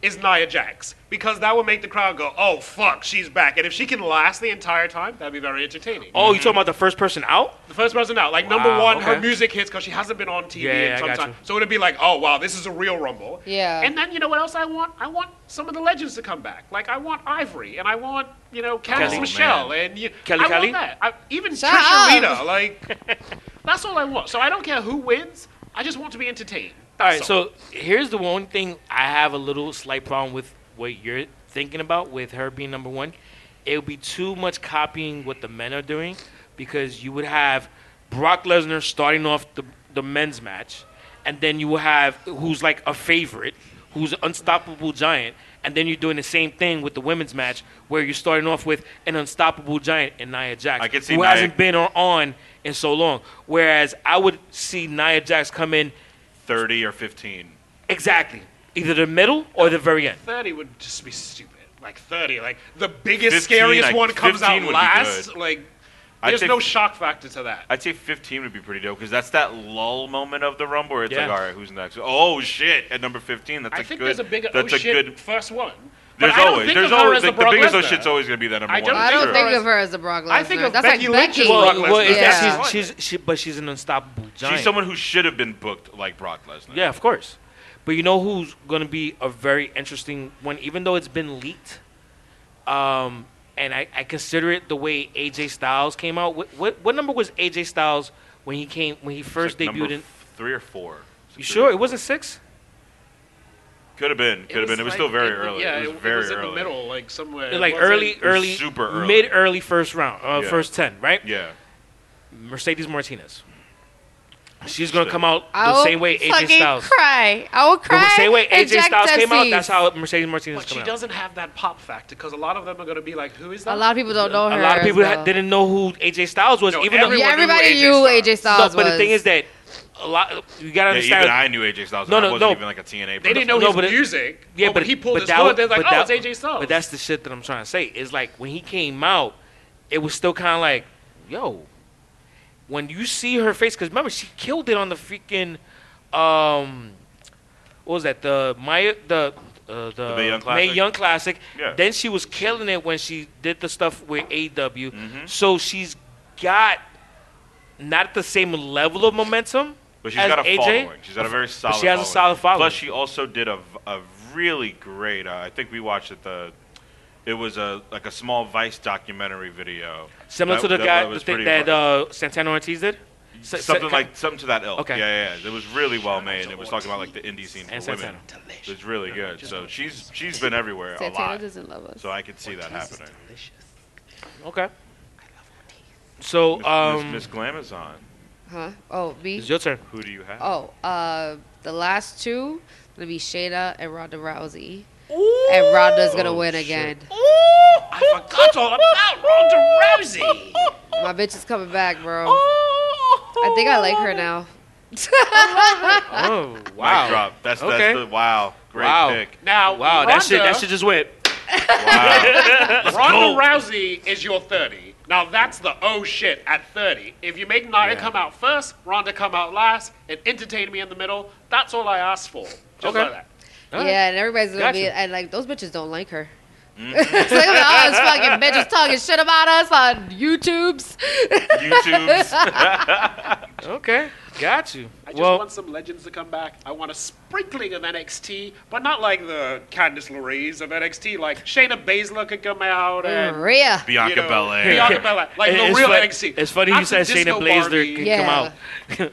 is Nia Jax because that will make the crowd go, "Oh fuck, she's back!" And if she can last the entire time, that'd be very entertaining.
Oh, you talking about the first person out?
The first person out, like number
Wow,
one,
okay.
her music hits because she hasn't been on TV
Yeah, yeah,
in
I
some
got
time.
you.
So it'd be like, oh wow, this is a real Rumble.
Yeah.
And then you know what else I want? I want some of the legends to come back. Like I want Ivory, and I want you know Candice
man.
Michelle, and you,
Kelly
I
Kelly?
want that. I, even
Shut
Trisha
up. *laughs*
Rita. Like that's all I want. So I don't care who wins. I just want to be entertained.
All right,
That's
so here's the one thing I have a little slight problem with what you're thinking about with her being number one. It would be too much copying what the men are doing because you would have Brock Lesnar starting off the, the men's match, and then you will have who's like a favorite, who's an unstoppable giant, and then you're doing the same thing with the women's match where you're starting off with an unstoppable giant in Nia Jax,
I can see
who
Nia-
hasn't been on, on in so long. Whereas I would see Nia Jax come in.
30 or 15.
Exactly. Either the middle or the very end.
thirty would just be stupid. Like thirty, like the biggest,
15,
scariest
like,
one comes
15
out
would be
last.
good.
Like
I
there's
think-
no shock factor to that.
I'd say 15 would be pretty dope because that's that lull moment of the rumble where it's
Yeah.
like, all right, who's next? Oh shit! At number 15, that's
I
a
think
good.
there's a big
that's
oh
a
shit
good.
first one. But
There's
I don't
always
think
there's
of her
always
as the
the, the
Brock
biggest oh
Lesnar.
shit's always gonna be that number
I don't think
one.
I
Sure.
don't think
Sure.
of her as a Brock Lesnar.
I think of
That's
Becky
like
Lynch as
Becky.
Brock
Well,
Lesnar.
well, it's
Yeah.
that she's, she's she, but she's an unstoppable giant.
She's someone who should have been booked like Brock Lesnar.
Yeah, of course. But you know who's going to be a very interesting one, even though it's been leaked. Um, and I, I consider it the way AJ Styles came out. What, what what number was AJ Styles when he came when he
It's
first
like number
debuted? In,
f- three or four.
you sure it wasn't six?
Could have been. Could have been. It was
like-
still very
it-
early.
Yeah,
it was very
in
early.
the middle, like somewhere. It
like
wasn't-
early,
was
early,
super early.
mid early first round, uh,
Yeah.
first ten, right?
Yeah.
Mercedes Martinez. She's gonna
Shit.
come out
I
the
will
same way AJ
fucking
Styles.
cry. I will cry.
The same way
and
AJ
Jack
Styles came out,
Dempsey's.
that's how Mercedes Martinez
But she
came out.
doesn't have that pop factor because a lot of them are going to be like, "Who is that?"
A lot of people don't know
A
her.
lot of people
as
ha-
well.
didn't know who AJ Styles was, *laughs*
No,
even though.
everyone
Yeah,
knew
everybody
AJ
knew who
Styles.
AJ
No,
Styles
but the
was.
thing is that a lot you gotta
Yeah,
understand.
even I knew AJ Styles.
No,
No,
no,
I wasn't
no.
even like a TNA.
they didn't
person.
know
No,
his
but it-
music. Oh,
yeah,
Oh,
but,
but
he pulled
but
his
that
hood.
was-
They're like,
but
"Oh,
that-
it's AJ Styles."
But that's the shit that I'm trying to say. Is like when he came out, it was still kind of like, yo. When you see her face, because remember she killed it on the freaking, um, what was that? The Maya the. Uh, the,
Mae Young Classic?
Young Classic.
Yeah.
Then she was killing it when she did the stuff with AW.
Mm-hmm.
So she's got not the same level of momentum.
But she's
as
got a
AJ,
following. She's got a very solid.
has a
following.
solid following.
Plus, she also did a, v- a really great. Uh, I think we watched it. The it was a like a small Vice documentary video.
Similar
That-
to the
that
guy
was
the thing
pretty
that
fun.
uh, Santana Ortiz did. S- s-
something like something to that ilk.
Okay.
Yeah, yeah. yeah. It was really well made. and It was talking about like the indie scene for
And
women.
Santana.
It was really good. So she's she's been everywhere a
Santana
lot.
doesn't love us.
So I could see that happening.
Okay. So
Miss,
um,
Miss, Miss Glamazon,
huh? Oh, me?
it's your turn.
who do you have?
Oh, uh, the last two gonna be Shayna and Ronda Rousey. and Ronda's
Oh,
gonna win again.
I
*laughs*
forgot all about Ronda Rousey.
My bitch is coming back, bro. I think I like her
*laughs*
now.
Oh,
Mic
wow.
drop. That's
Okay.
that's the wow. Great
Wow.
*laughs*
pick.
Now,
Wow, that shit, that shit just went.
Wow.
Ronda Rousey is your 30. Now that's the oh shit at 30. If you make Nia
Yeah.
come out first, Ronda come out last, and entertain me in the middle, that's all I ask for. Just
Okay.
like that.
All right.
Yeah, and everybody's gonna be
Gotcha.
and like those bitches don't like her. *laughs* it's like all those fucking bitches talking shit about us on YouTube's.
YouTube's.
*laughs*
Okay. Got you.
I just
Well,
want some legends to come back. I want a sprinkling of NXT, but not like the Candice LeRae's of NXT. Like Shayna Baszler could come out and
Maria.
Bianca
you know,
*laughs*
Belair.
Bianca Belair, like the
Mm. it's
real
fun-
NXT.
It's funny
Not
you
the
said Shayna
disco
Blazer
Barbie,
can come
Yeah.
out.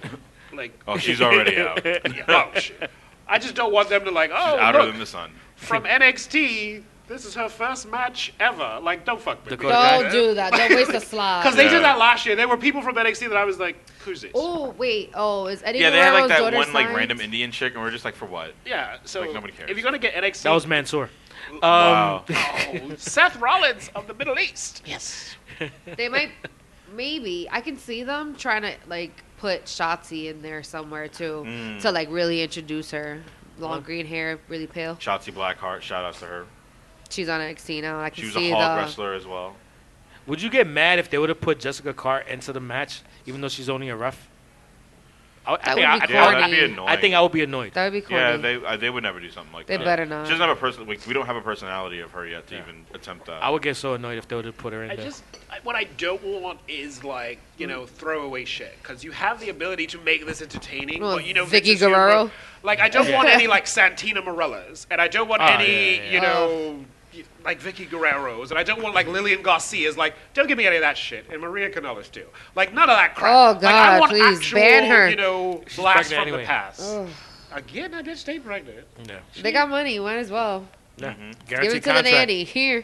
Like,
Oh, she's already out. She's
yeah, oh, shit. I just don't want them to like. Oh,
Outer
look,
than the sun.
from NXT. This is her first match ever. Like, don't fuck with me.
Dakota
Don't do that. Don't waste a slot.
Because they
Yeah.
did that last year. There were people from NXT that I was like, who's this?
Oh wait, oh is Eddie
Yeah, they had like
Guerrero's
that
daughter
one like
signed?
random Indian chick, and we are just like, for what?
Yeah, so
Like, nobody cares.
if you're going to get NXT,
That was Mansoor. Um,
wow.
*laughs* Oh, Seth Rollins of the Middle East. Yes.
They
*laughs*
might, maybe I can see them trying to like put Shotzi in there somewhere too
Mm.
to like really introduce her. Long green hair, really pale.
Shotzi Blackheart, shout outs to her.
She's on NXT now. I can
She was
see
a
the.
hog wrestler as well.
Would you get mad if they would have put Jessica Cart into the match, even though she's only a ref? I, I,
That
think,
would
I,
be
Yeah,
corny.
that'd be
I
annoying.
think I would be annoyed.
That would be corny.
Yeah, they uh, they would never do something like
They
that.
better not.
She doesn't have a person. We, we don't have a personality of her yet to
Yeah.
even attempt that.
I would get so annoyed if they would have put her in
I
there.
just, I, what I don't want is like, you know, throwaway shit. Because you have the ability to make this entertaining.
Well,
but you know,
Vicky
Vince is your-
Guerrero?
Like, I don't
*laughs*
want any like Santina Morellas. And I don't want
Oh,
any,
yeah, yeah,
you know,
Oh.
y like Vicky Guerrero's. And I don't want like Lillian Garcia's. Like, don't give me any of that shit. And Maria Canales too. Like, none of that crap.
Oh,
Like, I
God,
want
please,
actual,
ban her.
You know, blast from
pregnant
the
anyway.
past. Again, I did
*laughs*
stay pregnant.
Yeah.
They got money. Might as well
Yeah.
give
Guaranteed
it to the
contract.
nanny. Here,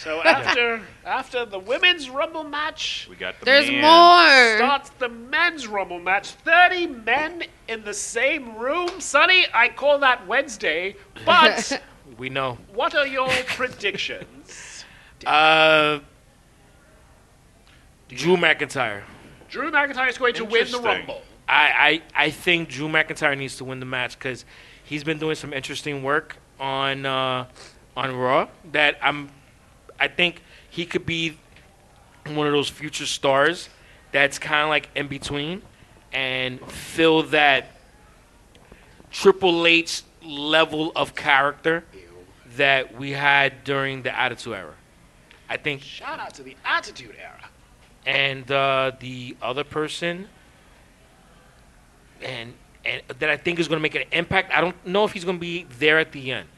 So after after the women's rumble match
we got the
there's
man.
more.
starts the men's rumble match, thirty men in the same room. Sonny, I call that Wednesday.
*laughs*
But
We know.
what are your predictions?
Uh, Drew McIntyre.
Drew McIntyre is going to win the
Interesting.
rumble.
I, I, I think Drew McIntyre needs to win the match because he's been doing some interesting work on uh, on Raw that I'm I think he could be one of those future stars that's kind of like in between and fill that Triple H level of character that we had during the Attitude Era. I think
Shout out to the Attitude Era.
and uh, the other person, and and that I think is going to make an impact. I don't know if he's going to be there at the end,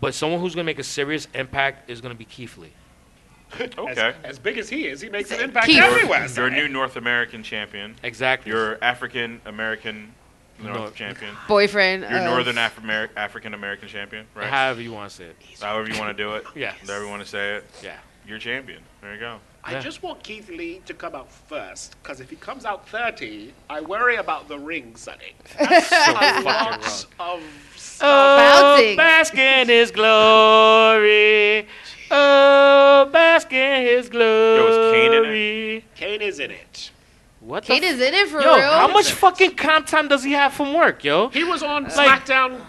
but someone who's going to make a serious impact is going to be Keith Lee.
As,
Okay.
as big as he is, he makes an impact
Keith.
everywhere.
You're a new North American champion.
Exactly.
You're African American North
No.
champion.
Boyfriend.
You're
of-
Northern Afri- African American champion, right?
However you want to say it.
However you want to do it.
*laughs* Yes.
However you want to say it. *laughs*
Yeah.
You're champion. There you go.
I
Yeah.
just want Keith Lee to come out first, because if he comes out 30, I worry about the ring, Sonny.
So fucking wrong.
Lots of stuff.
Oh,
Bouncing.
bask in his glory. Oh, bask in his glory.
Yo, is Kane in it?
Kane is in it.
What the
Kate
f-
is in it for
Yo,
real.
how much fucking comp time does he have from work, yo?
He was on
Like-
SmackDown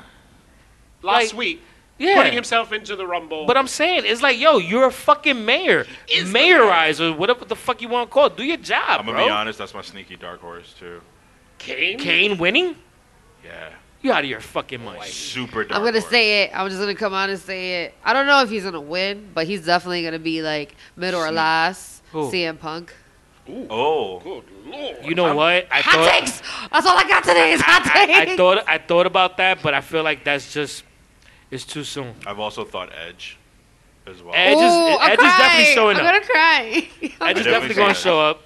like,
last week,
Yeah.
putting himself into the Rumble.
But I'm saying it's like, yo, you're a fucking mayor,
is the
mayorize or whatever the fuck you want to call. it. Do your job,
I'm
bro.
gonna be honest. That's my sneaky dark horse too.
Kane?
Kane winning?
Yeah.
You out of your fucking mind.
Super dark.
I'm gonna
horse.
say it. I'm just gonna come out and say it. I don't know if he's gonna win, but he's definitely gonna be like mid or last.
Who?
CM Punk.
Oh.
Good lord.
You know what? I
Hot takes. That's all I got today is hot
I,
takes.
I thought I thought about that, but I feel like that's just it's too soon.
I've also thought Edge, as well.
Edge is,
Ooh, I'm
Edge is definitely
crying.
showing
I'm
up.
gonna cry.
Edge is
Definitely
definitely going to
saying
show up.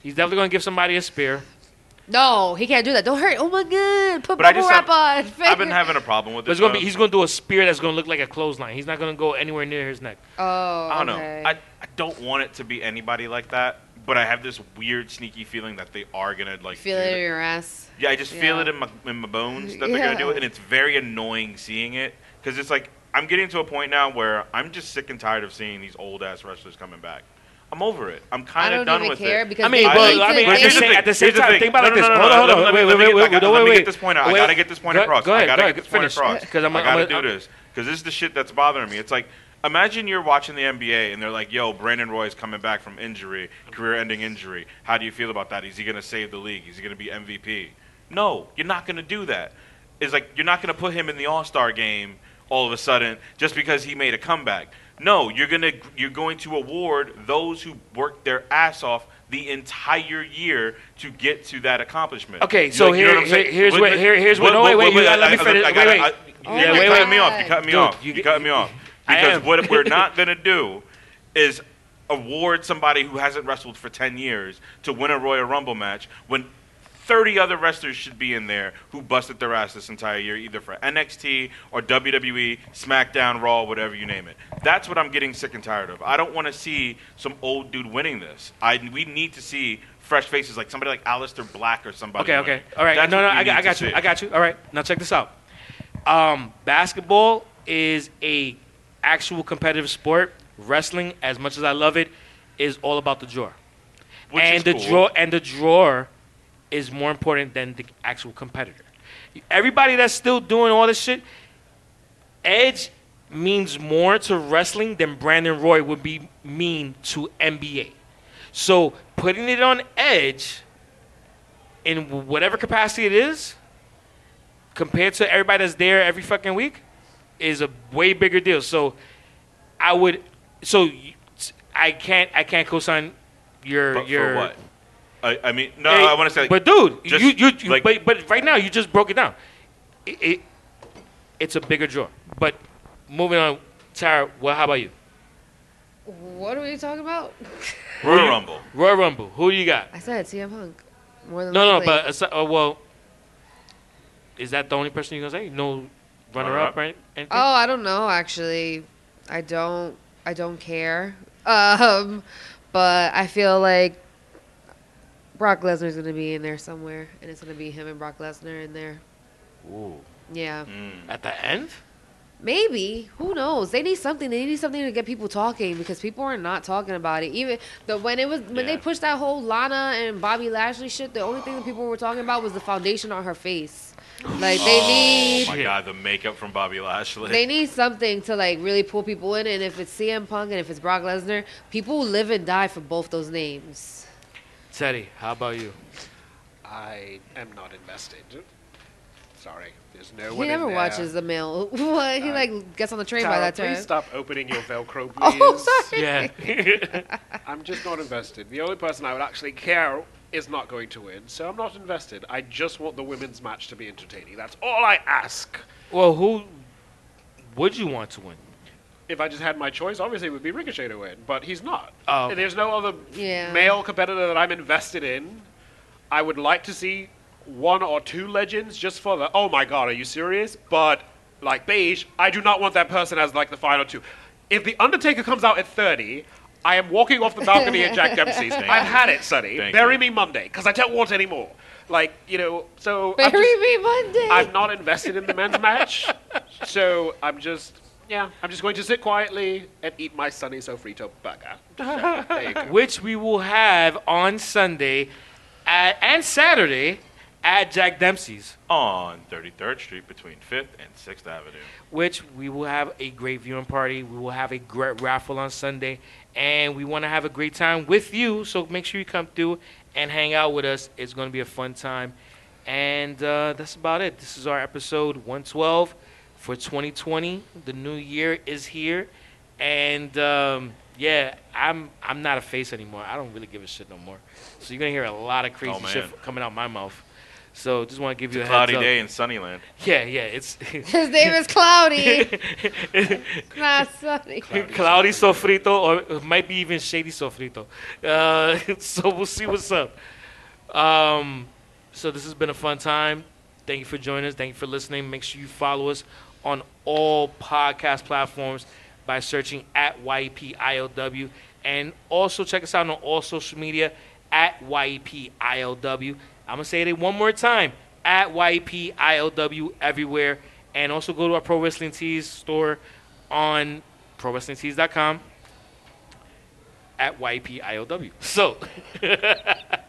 He's definitely going to give somebody a spear.
*laughs* no, he can't do that. Don't hurt. Oh my god. Put
But I
bubble
just
wrap on.
have, I've been having a problem with
But
this.
it's going to be
though.
he's going to do a spear that's going to look like a clothesline. He's not going to go anywhere near his neck.
oh,
I don't
okay.
know. I, I don't want it to be anybody like that, but I have this weird sneaky feeling that they are gonna like.
Feel
do
it in
that.
your ass.
Yeah, I just feel
Yeah.
it in my in my bones that they're gonna do
Yeah.
it, and it's very annoying seeing it because it's like I'm getting to a point now where I'm just sick and tired of seeing these old ass wrestlers coming back. I'm over it. I'm
I
kind
don't
of done
even
with
care
it.
because
I mean,
they
well,
need
I
to-
mean,
they
but here's the
need-
thing, at the same
here's
time,
thing.
think about it
No,
like this.
no, no, no,
Hold on,
no,
hold on.
let me-
Wait,
let me
wait,
get-
wait,
I gotta-
wait,
let me
wait.
get this point out.
Wait.
I gotta get this point
Go-
across.
go
I
ahead,
gotta
go
get
ahead,
this point
finish.
across.
'Cause I'm-
I gotta
I'm-
do
I'm-
this because this is the shit that's bothering me. It's like. Imagine you're watching the NBA and they're like, "Yo, Brandon Roy's coming back from injury, career-ending injury. How do you feel about that? Is he gonna save the league? Is he gonna be MVP?" No, you're not gonna do that. It's like you're not gonna put him in the All-Star game all of a sudden just because he made a comeback. No, you're gonna you're going to award those who worked their ass off the entire year to get to that accomplishment.
Okay,
You-
so
you know
here-
what I'm saying?
here- here's what- here- here's what- no, wait, wait, you gotta let me
I- I-
finish.
I gotta-
Wait, wait.
I-
Oh
You're
my
cutting me
God.
off. You're cutting me
Dude,
off.
you
You,
get-
cut me off.
*laughs* I
Because
am.
what
*laughs*
we're not gonna do is award somebody who hasn't wrestled for 10 years to win a Royal Rumble match when 30 other wrestlers should be in there who busted their ass this entire year, either for NXT or WWE, SmackDown, Raw, whatever you name it. That's what I'm getting sick and tired of. I don't want to see some old dude winning this. I, we need to see fresh faces, like somebody like Aleister Black or somebody.
Okay, okay.
winning.
All right.
That's
no,
what
no,
we
I, got-
need
I
to
got you.
see.
I got you. All right. Now check this out. Um, basketball is a actual competitive sport. Wrestling, as much as I love it, is all about the draw.
Which
and
is
the
cool.
draw and the drawer is more important than the actual competitor. Everybody that's still doing all this shit, Edge means more to wrestling than Brandon Roy would be mean to NBA. So putting it on Edge in whatever capacity it is, compared to everybody that's there every fucking week, is a way bigger deal. So I would, so you- I can't, I can't co-sign your
But
your.
for what? I, I mean, no,
Hey,
I want to say. Like,
but dude,
just,
you you, you
like-
but, but right now you just broke it down. It, it it's a bigger draw. But moving on, Tara. Well, how about you?
What are we
*laughs*
talking about?
Royal Rumble.
Royal Rumble. Who do you got?
I said CM Punk. More than
No, no,
likely.
but aside, uh, well, is that the only person you're gonna say? No runner up,
Runner-up.
right? Anything?
Oh, I don't know actually. I don't I don't care. *laughs* Um but I feel like Brock Lesnar's gonna be in there somewhere and it's gonna be him and Brock Lesnar in there.
Ooh.
Yeah.
Mm.
At the end?
Maybe. Who knows? They need something. They need something to get people talking because people are not talking about it. Even the when it was when they
Yeah.
pushed that whole Lana and Bobby Lashley shit, the only thing that people were talking about was the foundation on her face. Like they need
Oh my god, the makeup from Bobby Lashley.
They need something to like really pull people in, and if it's CM Punk and if it's Brock Lesnar, people live and die for both those names.
Teddy, how about you?
I am not invested. Sorry, there's no
He
one. in
never
there.
watches the mail. *laughs* what? He
Uh,
like gets on the train by
Tara,
that time.
please stop opening your Velcro, please.
*laughs* Oh, sorry.
*laughs* Yeah.
I'm just not invested. The only person I would actually care is not going to win, so I'm not invested. I just want the women's match to be entertaining. That's all I ask.
well, who would you want to win?
If I just had my choice, obviously it would be Ricochet to win, but he's not.
Oh.
And There's no other
Yeah.
male competitor that I'm invested in. I would like to see one or two legends just for the, oh my god, are you serious? But, like Beige, I do not want that person as like the final two. If The Undertaker comes out at 30, I am walking off the balcony at Jack
*laughs*
Dempsey's. I've
you.
had it, Sonny.
Thank
Bury
you.
me Monday, because I don't want any more. Like, you know, so.
*laughs*
I'm
Bury
just-
me Monday.
I'm not invested in the men's match, so I'm just yeah, I'm just going to sit quietly and eat my Sunny Sofrito burger. So, there you go.
Which we will have on Sunday at, and Saturday at Jack Dempsey's,
*laughs* on 33rd Street between 5th and 6th Avenue.
which we will have a great viewing party. We will have a great raffle on Sunday, and we want to have a great time with you. So make sure you come through and hang out with us. It's going to be a fun time. And uh, that's about it. This is our episode 112 for 2020. The new year is here, and um, yeah, I'm I'm not a face anymore. I don't really give a shit no more. So you're gonna hear a lot of crazy
Oh,
shit
man.
coming out my mouth. So just want to give you a
Cloudy
heads up.
day in Sunnyland.
Yeah, yeah, it's
*laughs* His name is
*laughs*
Cloudy. *laughs*
*laughs*
not Sunny.
cloudy sofrito, or it might be even shady sofrito. Uh, *laughs* so we'll see what's up. Um, so this has been a fun time. Thank you for joining us. Thank you for listening. Make sure you follow us on all podcast platforms by searching at E YEPILW. And also check us out on all social media at E YEPILW. I'm going to say it one more time E at YEPILW everywhere. And also go to our Pro Wrestling Tees store on ProWrestlingTees.com at E YPIOW. So, *laughs*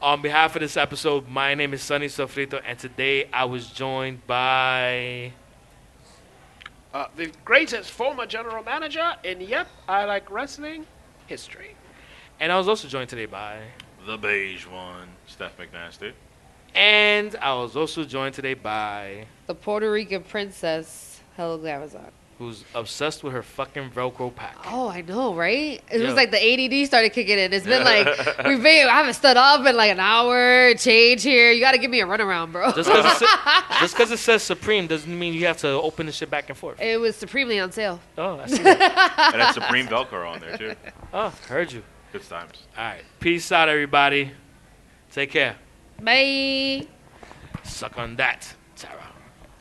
on behalf of this episode, my name is Sunny Sofrito, and today I was joined by.
Uh, the greatest former general manager in Yep, I Like Wrestling history.
And I was also joined today by.
The beige one, Steph McNasty.
And I was also joined today by.
The Puerto Rican princess, Hello Glamazon.
Who's obsessed with her fucking Velcro pack.
Oh, I know, right? It
Yeah.
was like the ADD started kicking in. It's been like
*laughs*
we've been. I haven't stood up in like an hour. Change here. You got to give me a runaround, bro.
Just because it, sa- *laughs* just 'cause it says Supreme doesn't mean you have to open the shit back and forth.
*laughs* it was supremely on sale.
Oh, I see that.
and that's Supreme Velcro on there, too.
Oh, heard you.
Good times.
All right. Peace out, everybody. Take care.
Bye.
Suck on that, Tara.